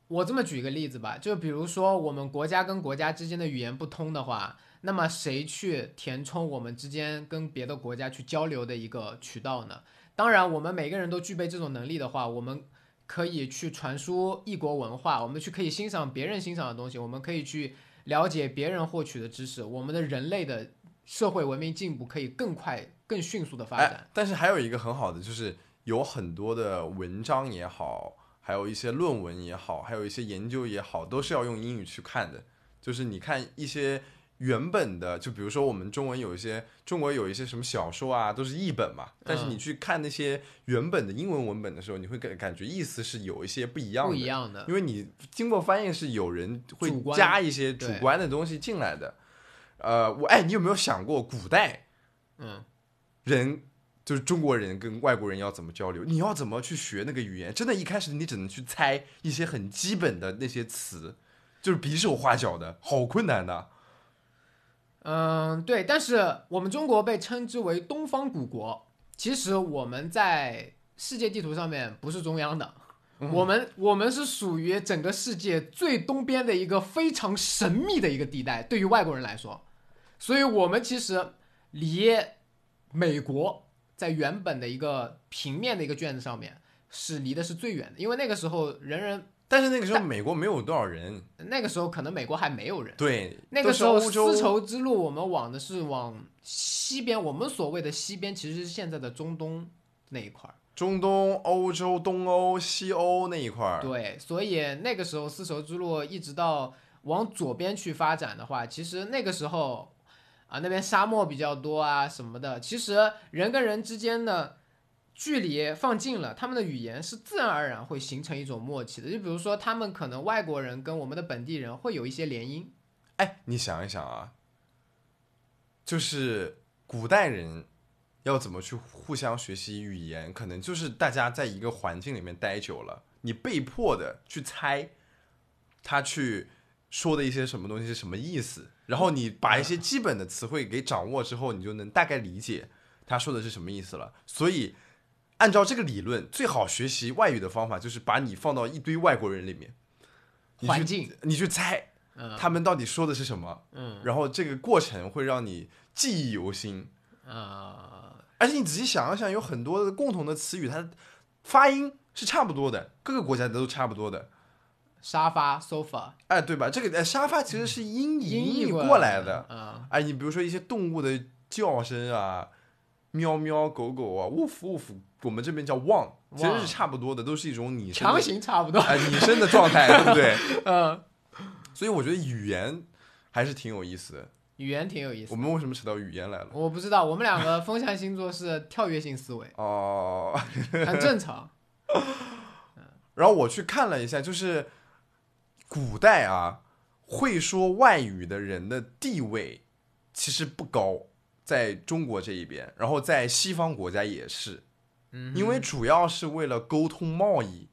我这么举一个例子吧，就比如说我们国家跟国家之间的语言不通的话，那么谁去填充我们之间跟别的国家去交流的一个渠道呢？当然，我们每个人都具备这种能力的话，我们可以去传输异国文化，我们去可以欣赏别人欣赏的东西，我们可以去了解别人获取的知识，我们的人类的社会文明进步可以更快、更迅速的发展。
哎，但是还有一个很好的，就是有很多的文章也好，还有一些论文也好，还有一些研究也好，都是要用英语去看的。就是你看一些原本的，就比如说我们中文有一些中国有一些什么小说啊，都是译本嘛。但
嗯
是你去看那些原本的英文文本的时候，你会感感觉意思是有一些不一样
不
的
一。样的，
因为你经过翻译是有人会
主观
加一些主
对
观的东西进来的。呃，我哎，你有没有想过古代
嗯，
人就是中国人跟外国人要怎么交流？你要怎么去学那个语言？真的，一开始你只能去猜一些很基本的那些词，就是比手画脚的，好困难的。
嗯，对，但是我们中国被称之为东方古国，其实我们在世界地图上面不是中央的，我们我们是属于整个世界最东边的一个非常神秘的一个地带，对于外国人来说，所以我们其实离美国在原本的一个平面的一个卷子上面是离的是最远的，因为那个时候人人
但是那个时候美国没有多少人，
那个时候可能美国还没有人。
对，
那个时候
都是欧洲
丝绸之路，我们往的是往西边，我们所谓的西边其实是现在的中东那一块儿。
中东、欧洲、东欧、西欧那一块儿，
对，所以那个时候丝绸之路一直到往左边去发展的话，其实那个时候啊，那边沙漠比较多啊什么的，其实人跟人之间的距离放近了，他们的语言是自然而然会形成一种默契的。就比如说，他们可能外国人跟我们的本地人会有一些联姻，
哎，你想一想啊，就是古代人要怎么去互相学习语言，可能就是大家在一个环境里面待久了，你被迫的去猜他去说的一些什么东西是什么意思，然后你把一些基本的词汇给掌握之后，你就能大概理解他说的是什么意思了。所以，按照这个理论，最好学习外语的方法就是把你放到一堆外国人里面，你去
环境，
你去猜
嗯
他们到底说的是什么。
嗯
然后这个过程会让你记忆犹新，
啊、
而且你仔细想一想，有很多的共同的词语，它的发音是差不多的，各个国家的都差不多的，
沙发 sofa
哎，对吧？这个、哎、沙发其实是音译
嗯音译
译
过
来
的
的，，
啊、
哎，你比如说一些动物的叫声啊，喵喵、狗狗啊，呜呼呜呼，我们这边叫汪，其实是
汪
差不多的，都是一种拟声
强
的，
行差不多，
哎，拟声的状态，对不对？
[laughs] 嗯，
所以我觉得语言还是挺有意思的。
语言挺有意
我
思。
们为什么扯到语言来了？，
我不知道，我们两个风象星座是跳跃性思维
[laughs] 哦、
很正常。
然后我去看了一下，就是古代啊，会说外语的人的地位其实不高，在中国这一边，然后在西方国家也是，
嗯哼，
因为主要是为了沟通贸易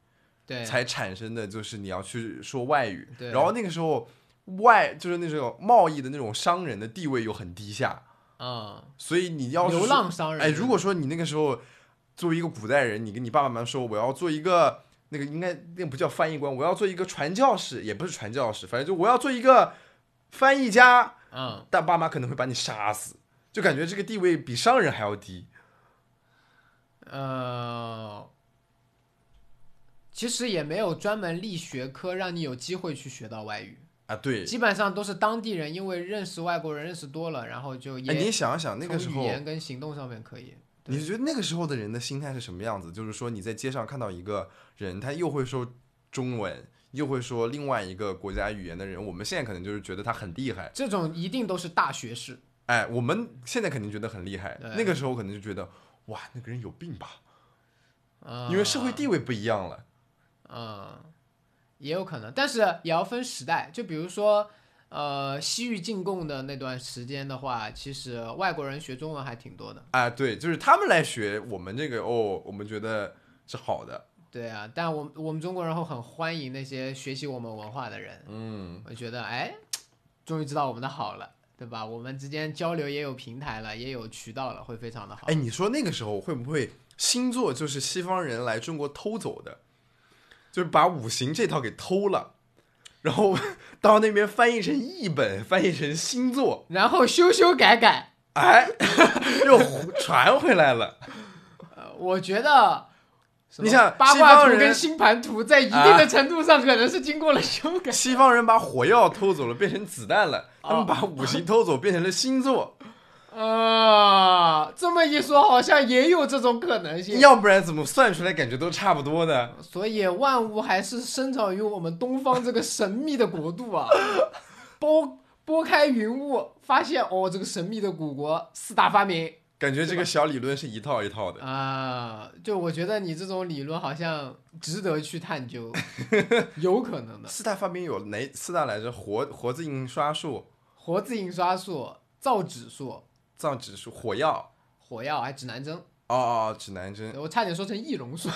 对，
才产生的，就是你要去说外语。
对
然后那个时候，外就是那种贸易的那种商人的地位又很低下，
嗯，
所以你要是
流
说
浪商人，
哎，如果说你那个时候作为一个古代人，你跟你爸爸妈妈说我要做一个那个应该那不叫翻译官，我要做一个传教士，也不是传教士，反正就我要做一个翻译家，
嗯，
但爸妈可能会把你杀死，就感觉这个地位比商人还要低。
呃，其实也没有专门立学科让你有机会去学到外语，
啊，对，
基本上都是当地人因为认识外国人认识多了，然后就
哎，你
也
想一想那个时
从语
候，
言跟行动上面可以。对
你觉得那个时候的人的心态是什么样子？就是说你在街上看到一个人，他又会说中文，又会说另外一个国家语言的人，我们现在可能就是觉得他很厉害，
这种一定都是大学士，
哎，我们现在肯定觉得很厉害
对，
那个时候可能就觉得哇，那个人有病吧，
啊
因为社会地位不一样了。
嗯，也有可能，但是也要分时代。就比如说，呃，西域进贡的那段时间的话，其实外国人学中文还挺多的。
啊，对，就是他们来学我们这个哦，我们觉得是好的，
对啊，但我们我们中国人会很欢迎那些学习我们文化的人。
嗯，
我觉得，哎，终于知道我们的好了，对吧？我们之间交流也有平台了，也有渠道了，会非常的好。
哎，你说那个时候会不会星座就是西方人来中国偷走的，就是把五行这套给偷了，然后到那边翻译成译本，翻译成星座，
然后修修改改，
哎， [laughs] 又胡传回来了。
呃，我觉得什么
你想
八
西
卦
方
图跟
人
星盘图在一定
啊
的程度上可能是经过了修改。
西方人把火药偷走了，变成子弹了；
哦
他们把五行偷走，变成了星
[laughs]
座。
啊，这么一说，好像也有这种可能性。
要不然怎么算出来感觉都差不多呢？
所以万物还是生长于我们东方这个神秘的国度啊！ [laughs] 拨拨开云雾，发现哦，这个神秘的古国四大发明
感觉这个小理论是一套一套的。
啊，就我觉得你这种理论好像值得去探
[laughs]
究，有可能的。
四大发明有哪四大来着？活活字印刷术、
活字印刷术、造纸术、
造纸术、火药。
火药还指南针，
哦哦，指南针。
我差点说成易容术。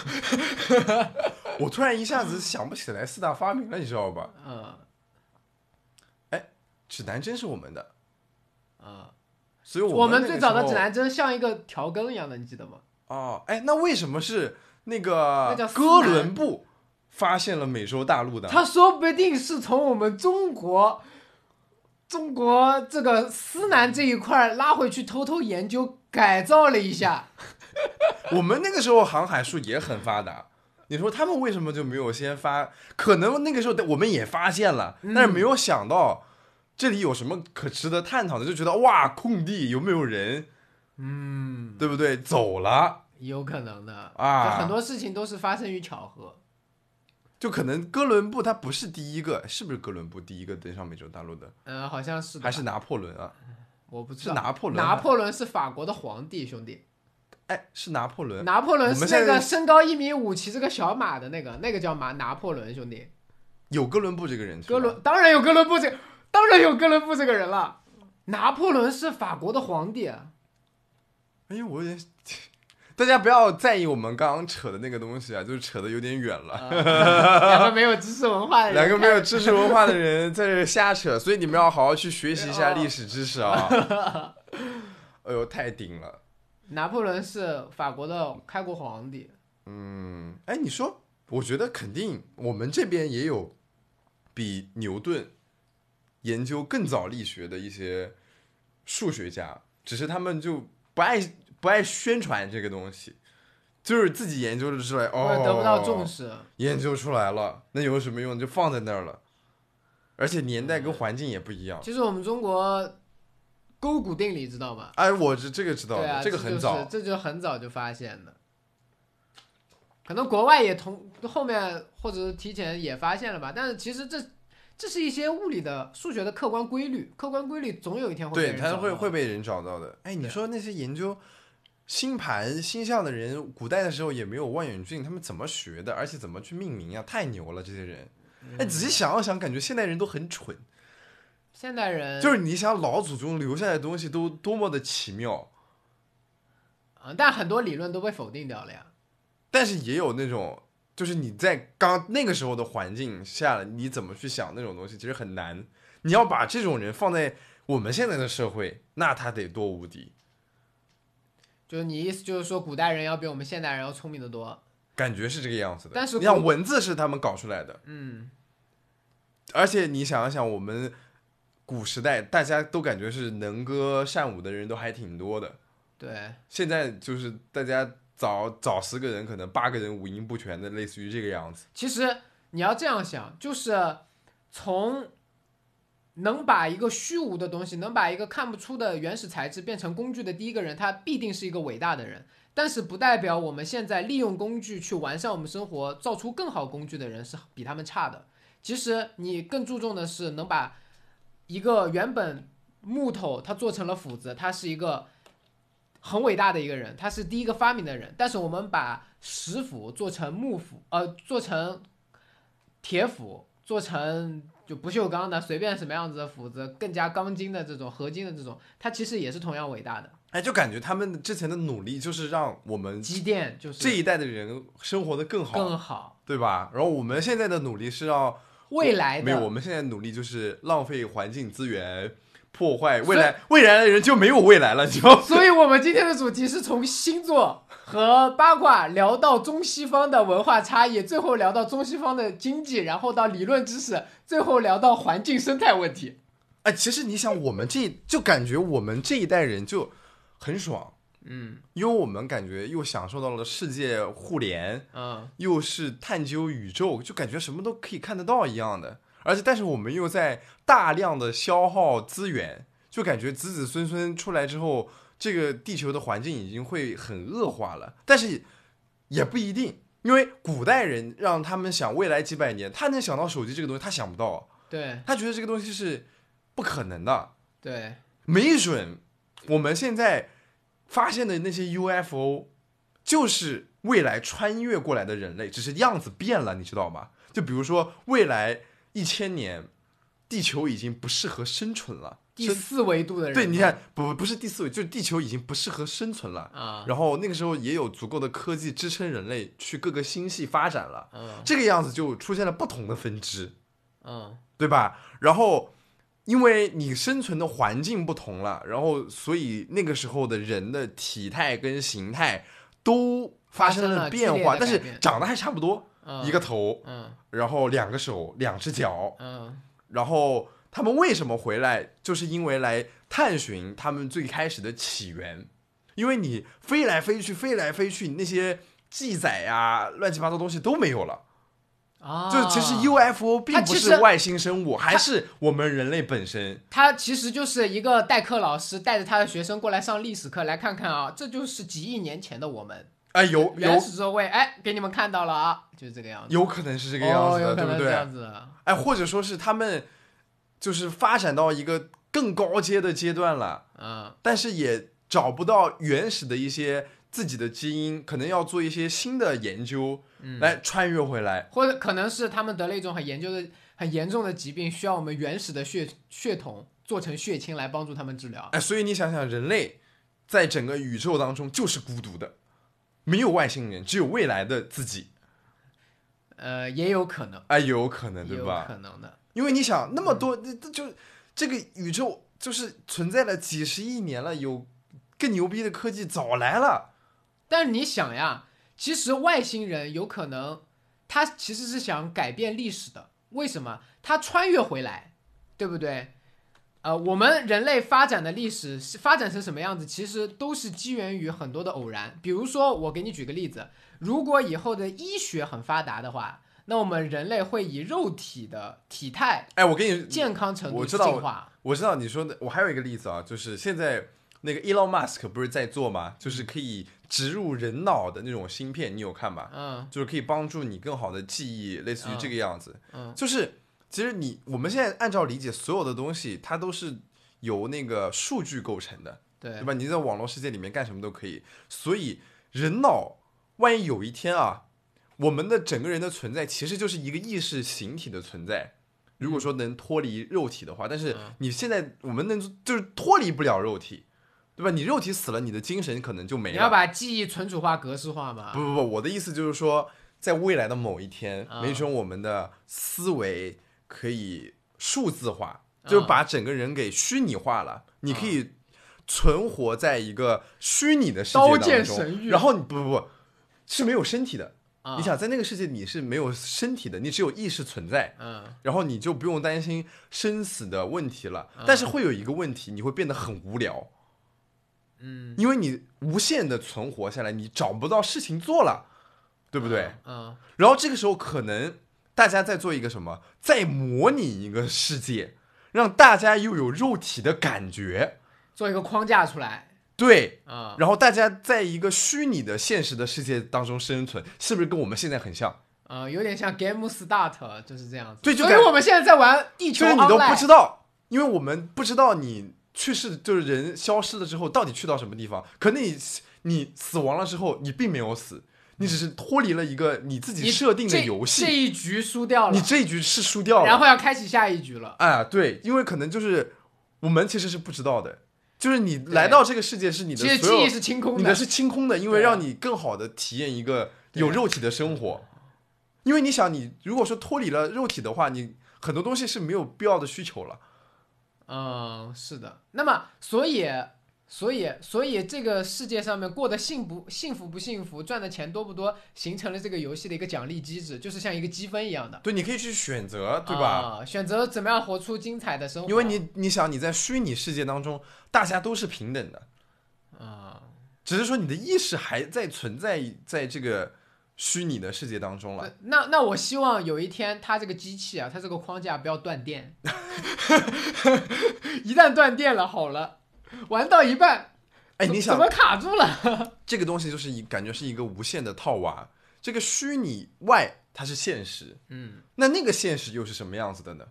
我突然一下子想不起来四大发明了，你知道吧？哎
嗯
指南针是我们的，
嗯，
所以
我
们那
们
个
最早的
时候
指南针像一个调羹一样的，你记得吗？
哦，哎，那为什么是那
那
个
叫司
哥
南
伦布发现了美洲大陆的？
他说不定是从我们中国，中国这个思南这一块拉回去偷偷研究改造了一下。
我们那个时候航海术也很发达。你说他们为什么就没有先发？可能那个时候我们也发现了，但
嗯
是没有想到这里有什么可值得探讨的，就觉得哇，空地有没有人，
嗯，
对不对？走了，
有可能的
啊
就很多事情都是发生于巧合。
就可能哥伦布他不是第一个，是不是哥伦布第一个登上美洲大陆的？
嗯，好像是的吧，
还是拿破仑啊？
我不知
是
道。
拿破仑吗？
拿破仑是法国的皇帝，兄弟。
哎，是拿破仑。
拿破仑
我
是
们
那
现
个
在
身高一米五、骑着个小马的那个，那个叫马拿破仑兄弟。
有哥伦布这个人是吧，
哥伦当然有哥伦布这，当然有哥伦布这个人了。拿破仑是法国的皇帝啊。
哎呦，我有点， [laughs] 大家不要在意我们刚刚扯的那个东西啊，就是扯的有点远
啊
了。
两个没有知识文化的人，
两个没有知识文化的人在这瞎扯，所以你们要好好去学习一
哦
下历史知识啊！ [laughs] 哎呦，太顶了。
拿破仑是法国的开国皇帝，
嗯，哎，你说，我觉得肯定我们这边也有比牛顿研究更早力学的一些数学家，只是他们就不爱不爱宣传这个东西，就是自己研究的出来，
或
哦，
者得不到重，视。
研究出来了，那有什么用？就放在那儿了，而且年代跟环境也不一样。
其实我们中国勾股定理知道吗？
哎，我这这个知道
对
的，
啊，
这个
就
很
是
早，
这就很早就发现的。可能国外也同后面或者是提前也发现了吧，但是其实这这是一些物理的、数学的客观规律，客观规律总有一天会被
对，
人
他
掌
会
握
会被人找到的。哎，你
对
说那些研究星盘星象的人，古代的时候也没有望远镜，他们怎么学的？而且怎么去命名呀？啊太牛了，这些人。哎，
嗯
仔细想一想，感觉现代人都很蠢。
现代人
就是你想老祖宗留下来的东西都多么的奇妙，
啊，但很多理论都被否定掉了呀。
但是也有那种，就是你在刚那个时候的环境下，你怎么去想那种东西，其实很难。你要把这种人放在我们现在的社会，那他得多无敌。
就是你意思就是说，古代人要比我们现代人要聪明得多。
感觉是这个样子的。
但是
你想
古
文字是他们搞出来的，
嗯，
而且你想一想，我们古时代大家都感觉是能歌善舞的人都还挺多的，
对，
现在就是大家找找十个人，可能八个人五音不全的，类似于这个样子。
其实你要这样想，就是从能把一个虚无的东西，能把一个看不出的原始材质变成工具的第一个人，他必定是一个伟大的人。但是不代表我们现在利用工具去完善我们生活、造出更好工具的人是比他们差的。其实你更注重的是能把一个原本木头它做成了斧子，它是一个很伟大的一个人，他是第一个发明的人。但是我们把石斧做成木斧，呃，做成铁斧，做成就不锈钢的，随便什么样子的斧子，更加钢筋的这种、合金的这种，它其实也是同样伟大的。
哎，就感觉他们之前的努力就是让我们
积淀就是
这一代的人生活的更好，
更好，
对吧？然后我们现在的努力是要
未来
没有，我
的
们现在努力就是浪费环境资源，破坏未来，未来的人就没有未来了，就
所以，我们今天的主题是从星座和八卦聊到中西方的文化差异，最后聊到中西方的经济，然后到理论知识，最后聊到环境生态问题。
哎，其实你想，我们这就感觉我们这一代人就很爽，
嗯
因为我们感觉又享受到了世界互联，
嗯，
又是探究宇宙，就感觉什么都可以看得到一样的。而且，但是我们又在大量的消耗资源，就感觉子子孙孙出来之后，这个地球的环境已经会很恶化了。但是也不一定，因为古代人让他们想未来几百年，他能想到手机这个东西，他想不到，
对
他觉得这个东西是不可能的。
对，
没准我们现在发现的那些 UFO，就是未来穿越过来的人类，只是样子变了，你知道吗？就比如说未来一千年，地球已经不适合生存了。
第
生
四维度的人，
对，你看，不不是第四位，就是地球已经不适合生存了。
啊，
然后那个时候也有足够的科技支撑人类去各个星系发展了，
嗯
这个样子就出现了不同的分支。
嗯
对吧？然后，因为你生存的环境不同了，然后所以那个时候的人的体态跟形态都发生了变化，
发生了
但
剧烈的改变
是长得还差不多，
嗯，
一个头，
嗯
然后两个手，两只脚，
嗯
然后他们为什么回来，就是因为来探寻他们最开始的起源，因为你飞来飞去，飞来飞去，你那些记载呀、乱七八糟东西都没有了。
啊，
就其实 UFO 并
它
不
其
是
实
外星生物，还是我们人类本身。
他其实就是一个代课老师带着他的学生过来上历史课，来看看啊，这就是几亿年前的我们
哎，有
原
有
始社会，哎，给你们看到了啊，就是这个样子，
有可能是这
这
个样子的，
哦、有可
对不
能这
对？
样子啊的，
哎，或者说是他们就是发展到一个更高阶的阶段了，
嗯
但是也找不到原始的一些自己的基因，可能要做一些新的研究、
嗯，
来穿越回来。
或者可能是他们得了一种很研究的、很严重的疾病，需要我们原始的血血统做成血清来帮助他们治疗。
哎，所以你想想，人类在整个宇宙当中就是孤独的，没有外星人，只有未来的自己。
呃，也有可能，
哎，有可能
也
对
有
吧？
可能的。
因为你想那么多，这、这就这个宇宙就是存在了几十亿年了，有更牛逼的科技早来了。
但是你想呀，其实外星人有可能，他其实是想改变历史的。为什么？他穿越回来，对不对？呃，我们人类发展的历史是发展成什么样子，其实都是基源于很多的偶然。比如说，我给你举个例子，如果以后的医学很发达的话，那我们人类会以肉体的体态、
哎，我跟你，
健康程
我知
度去
道
进化。
我知道你说的，我还有一个例子啊，就是现在那个 Elon Musk 不是在做吗？就是可以植入人脑的那种芯片，你有看吧？
嗯
就是可以帮助你更好的记忆，类似于这个样子。
嗯
就是其实你我们现在按照理解，所有的东西它都是由那个数据构成的。
对
对，吧？你在网络世界里面干什么都可以。所以人脑，万一有一天啊，我们的整个人的存在其实就是一个意识形体的存在。如果说能脱离肉体的话，但是
嗯
你现在我们能就是脱离不了肉体，对吧？你肉体死了，你的精神可能就没
你要
了。
把记忆存储化、格式化嘛？
不不不，我的意思就是说，在未来的某一天，
啊
没准我们的思维可以数字化，
啊
就把整个人给虚拟化了。你可以存活在一个虚拟的世界
刀
当
剑
中，
神域
然后你不不不是没有身体的。
啊
你想在那个世界你是没有身体的，你只有意识存在，
嗯
然后你就不用担心生死的问题了。
啊
但是会有一个问题，你会变得很无聊，
嗯，
因为你无限的存活下来，你找不到事情做了，对不对？
嗯，
然后这个时候可能大家在做一个什么，在模拟一个世界，让大家又有肉体的感觉。
做一个框架出来
对，
啊、
然后大家在一个虚拟的现实的世界当中生存，是不是跟我们现在很像？
呃，有点像 Game Start 就是这样子。
对就
所以
感
我们现在在玩地
就
球
是你都不
Online
知道，因为我们不知道你去世，就是人消失了之后到底去到什么地方。可能你你死亡了之后，你并没有死，你只是脱离了一个你自己
你
设定的
这
游
这
戏。
一局输掉了，
你这一局是输掉了，
然后要开启下一局了。
啊，对，因为可能就是我们其实是不知道的，就是你来到这个世界是你的
其实
所
记
有
忆是清空
你的是清空的，因为
对啊
让你更好的体验一个有肉体的生活。因为你想，你如果说脱离了肉体的话，你很多东西是没有必要的需求了。
嗯，是的。那么，所以，所以，所以，这个世界上面过得幸不幸福不幸福，赚的钱多不多，形成了这个游戏的一个奖励机制，就是像一个积分一样的，
对，你可以去选择，对吧？
啊选择怎么样活出精彩的生活，
因为你你想你在虚拟世界当中，大家都是平等的，
啊、
只是说你的意识还在存在在这个虚拟的世界当中了。
呃那那我希望有一天，它这个机器啊，它这个框架不要断电， [laughs] 一旦断电了，好了，玩到一半，
哎，
怎
你
怎
想
么卡住了？ [laughs]
这个东西就是一感觉是一个无限的套娃，这个虚拟外它是现实，
嗯
那那个现实又是什么样子的呢？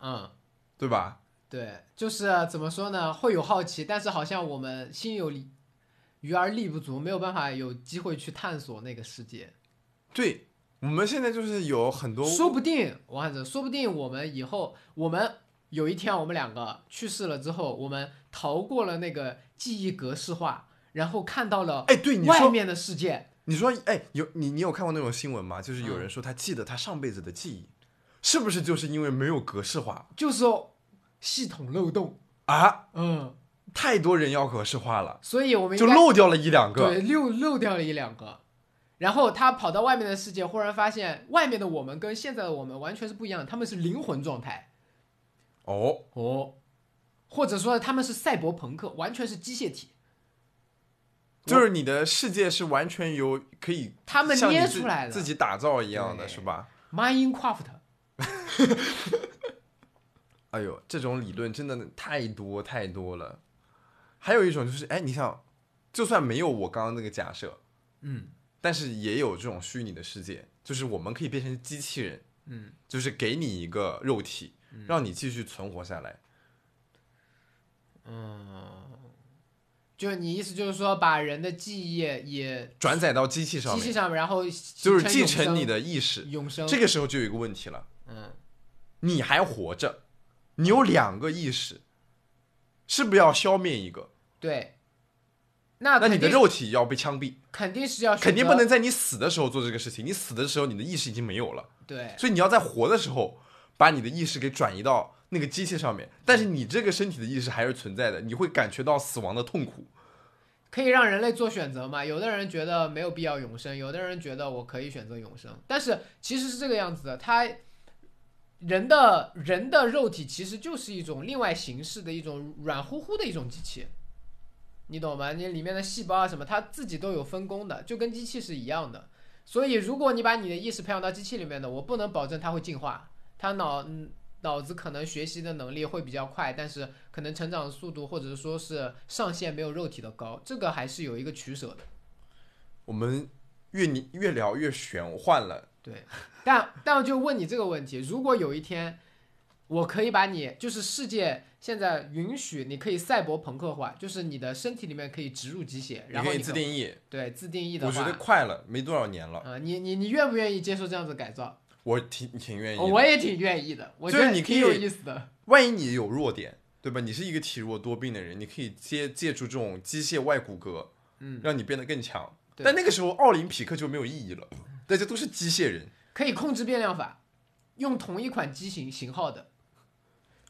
嗯。
对吧？
对，就是怎么说呢，会有好奇，但是好像我们心有力余而力不足，没有办法有机会去探索那个世界。
对，我们现在就是有很多
说不定王汉哲，说不定我们以后，我们有一天我们两个去世了之后，我们逃过了那个记忆格式化，然后看到了
哎，对你
外
说，
面的世界。
你说，哎，有你你有看过那种新闻吗？就是有
嗯
人说他记得他上辈子的记忆，是不是就是因为没有格式化
就是系统漏洞，
啊？
嗯，
太多人要格式化了，
所以我们应
就
该
漏掉了一两个。
对，溜溜掉了一两个，然后他跑到外面的世界，忽然发现外面的我们跟现在的我们完全是不一样的，他们是灵魂状态
哦，
哦，或者说他们是赛博朋克，完全是机械体，
就是你的世界是完全由可以
他们
像你
捏
自
出来了
自己打造一样的，
对
是吧？
Minecraft，
哎呦，这种理论真的太多太多了。还有一种就是，哎，你想，就算没有我刚刚那个假设，
嗯
但是也有这种虚拟的世界，就是我们可以变成机器人，
嗯，
就是给你一个肉体，让你继续存活下来。
就你意思就是说把人的记忆也
转载到机器上
机器
面，
上面，然后
就是
形
继
永
承你
生
的意识。
永生，
这个时候就有一个问题了，
嗯
你还活着，你有两个意识，是不是要消灭一个？
对，那
那
肯
你的
定
肉体要被枪毙，
肯定是要选
肯定
择
不能在你死的时候做这个事情。你死的时候，你的意识已经没有了。
对
所以你要在活的时候把你的意识给转移到那个机器上面，但是你这个身体的意识还是存在的，你会感觉到死亡的痛苦。
可以让人类做选择嘛？有的人觉得没有必要永生，有的人觉得我可以选择永生，但是其实是这个样子的，它人的人的肉体其实就是一种另外形式的一种软乎乎的一种机器，你懂吗？你里面的细胞啊什么，它自己都有分工的，就跟机器是一样的。所以如果你把你的意识培养到机器里面的，我不能保证它会进化，它脑嗯脑子可能学习的能力会比较快，但是可能成长速度或者说是上限没有肉体的高，这个还是有一个取舍的。
我们越你越聊越玄幻了，
对，但但我就问你这个问题：如果有一天，我可以把你，就是世界现在允许你可以赛博朋克化，就是你的身体里面可以植入机械，
你
然后
可以
你
自
可
定义。
对自定义的
我觉得
话，
快了，没多少年了，
呃，你你你愿不愿意接受这样子改造？
我挺挺愿意的。
我也挺愿意的，我觉
就是
得
你可
挺有
以
意思的。
万一你有弱点，对吧？你是一个体弱多病的人，你可以借借助这种机械外骨骼，
嗯，
让你变得更强。
对
但那个时候奥林匹克就没有意义了，大家都是机械人，
可以控制变量法，用同一款机型型号的，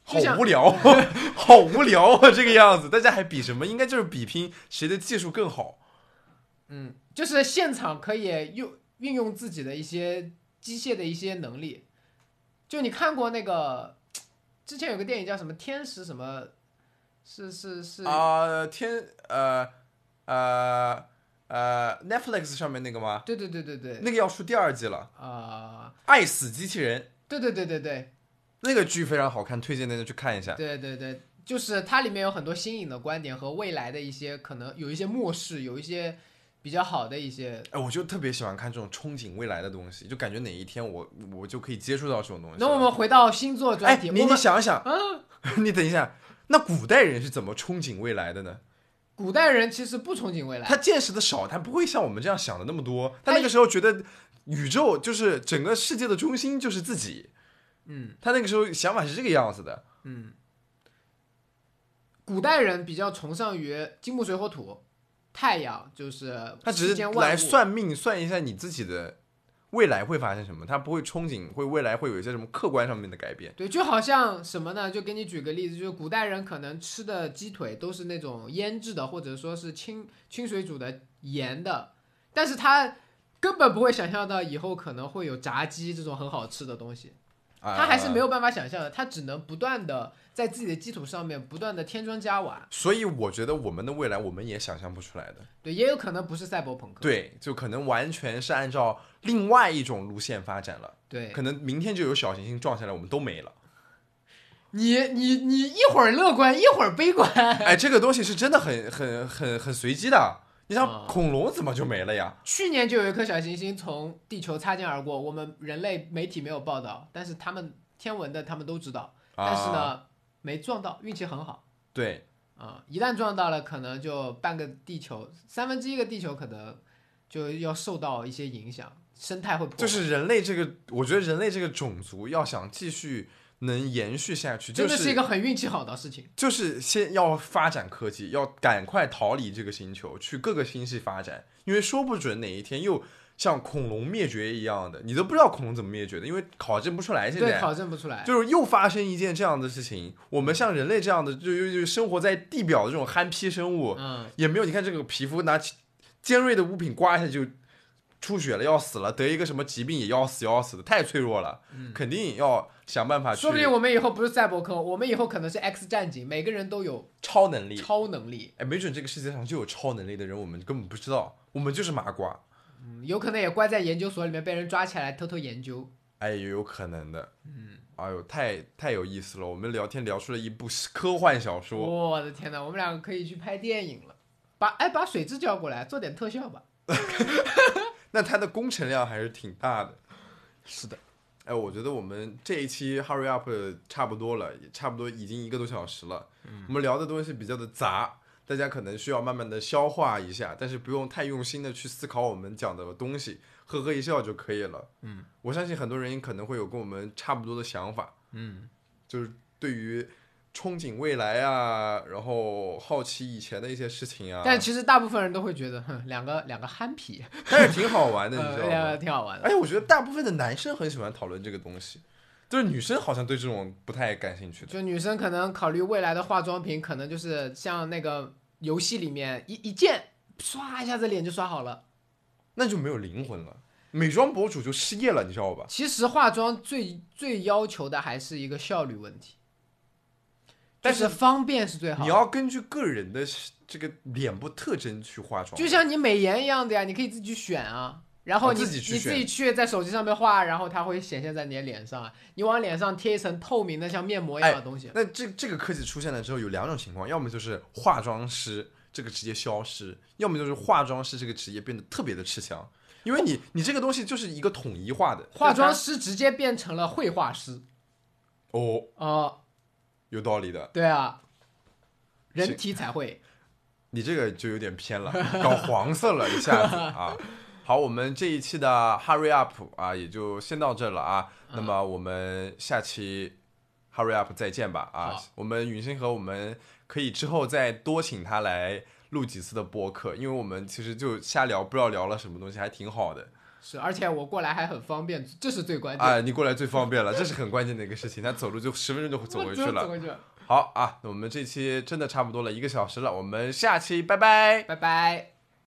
好
就像
无
[laughs]
聊， [laughs] 好无聊啊！这个样子，大家还比什么？应该就是比拼谁的技术更好。
嗯，就是现场可以用运用自己的一些机械的一些能力。就你看过那个，之前有个电影叫什么《天使》什么，是是是，
啊、天，呃，呃，呃，Netflix 上面那个吗？
对对对对对，
那个要出第二季了，
啊、
《爱死机器人》
对对对对对，
那个剧非常好看，推荐大家去看一下。
对对对，就是它里面有很多新颖的观点和未来的一些可能有一些漠视，有一些比较好的一些。
哎，我就特别喜欢看这种憧憬未来的东西，就感觉哪一天我我就可以接触到这种东西了。
那我们回到星座专
哎，
题，
你你
我们啊
想一想， [laughs] 你等一下，那古代人是怎么憧憬未来的呢？
古代人其实不憧憬未来，哎
他见识的少，他不会像我们这样想的那么多。他
他
那个时候觉得宇宙就是整个世界的中心就是自己，
嗯
他那个时候想法是这个样子的。
嗯，古代人比较崇尚于金木水火土，太阳就是
他只
世
是
间万
来
物
算命，算一下你自己的未来会发生什么，他不会憧憬会未来会有一些什么客观上面的改变。
对，就好像什么呢？就给你举个例子，就是古代人可能吃的鸡腿都是那种腌制的，或者说是清清水煮的盐的，但是他根本不会想象到以后可能会有炸鸡这种很好吃的东西，
啊
他还是没有办法想象的，他只能不断的在自己的基础上面不断的添砖加瓦。
所以我觉得我们的未来我们也想象不出来的，
对，也有可能不是赛博朋克。
对，就可能完全是按照另外一种路线发展了，
对，
可能明天就有小行星撞下来，我们都没了。
你你你一会儿乐观，一会儿悲观。
哎，这个东西是真的很很很很随机的。你想
啊
恐龙怎么就没了呀？
去年就有一颗小行星从地球擦肩而过，我们人类媒体没有报道，但是他们天文的他们都知道，但是呢、
啊，
没撞到，运气很好
对，
啊、一旦撞到了，可能就半个地球，三分之一个地球可能就要受到一些影响，生态会破坏。
就是人类这个，我觉得人类这个种族要想继续能延续下去，就
真的是一
是
个很运气好的事情。
就是先要发展科技，要赶快逃离这个星球，去各个星系发展，因为说不准哪一天又像恐龙灭绝一样的，你都不知道恐龙怎么灭绝的，因为考证不出来现
对，
在。
考证不出来。
就是又发生一件这样的事情，我们像人类这样的，就就就生活在地表的这种憨批生物，
嗯，
也没有，你看这个皮肤拿起尖锐的物品刮一下就出血了，要死了，得一个什么疾病也要死要死的，太脆弱了，肯定要想办法去
嗯说不定我们以后不是赛博客，我们以后可能是 X 战警，每个人都有
超能力。
超能力，
哎，没准这个世界上就有超能力的人，我们根本不知道，我们就是麻瓜。
嗯，有可能也关在研究所里面被人抓起来偷偷研究。
哎，也有可能的。嗯，哎呦，太太有意思了，我们聊天聊出了一部科幻小说。
我的天呐，我们两个可以去拍电影了。把哎，把水蛭叫过来，做点特效吧。
那它的工程量还是挺大的。
是的，
哎，我觉得我们这一期 Hurry Up 差不多了，也差不多已经一个多小时了。
嗯
我们聊的东西比较的杂，大家可能需要慢慢的消化一下，但是不用太用心的去思考我们讲的东西，呵呵一笑就可以了。
嗯，
我相信很多人可能会有跟我们差不多的想法，
嗯，
就是对于憧憬未来啊，然后好奇以前的一些事情啊，
但其实大部分人都会觉得，哼，两个两个
[laughs]
憨皮，
但是挺好玩
[laughs]
的，你知道吗？
呃，挺好玩的。
哎，我觉得大部分的男生很喜欢讨论这个东西，就是女生好像对这种不太感兴趣的。
就女生可能考虑未来的化妆品，可能就是像那个游戏里面一一键刷一下子脸就刷好了。
那就没有灵魂了。美妆博主就失业了，你知道吧？
其实化妆最最要求的还是一个效率问题，
但
就是是方便是最好的。
你要根据个人的这个脸部特征去化妆，
就像你美颜一样的呀，你可以自己选啊，然后
啊
你、
自己去
你
选
自己去在手机上面画，然后它会显现在你的脸上啊，你往脸上贴一层透明的像面膜一样的东西，
那这这个科技出现了之后，有两种情况，要么就是化妆师这个职业消失，要么就是化妆师这个职业变得特别的吃香，因为你你这个东西就是一个统一化的
化妆师直接变成了绘画师
哦，
哦、
有道理的，
对啊，人体彩绘，
你这个就有点偏了，搞黄色了一下
[laughs]
子啊。好，我们这一期的 Hurry Up 啊，也就先到这了啊。那么
嗯
我们下期 Hurry Up 再见吧啊
好！
我们云星河，我们可以之后再多请他来录几次的播客，因为我们其实就瞎聊，不知道聊了什么东西，还挺好的
是，而且我过来还很方便，这是最关键的。
啊。你过来最方便了，这是很关键的一个事情。他走路就十分钟就走回去
我真 [laughs] 走
了。
回去了，
好啊，那我们这期真的差不多了，一个小时了，我们下期拜拜。
拜拜。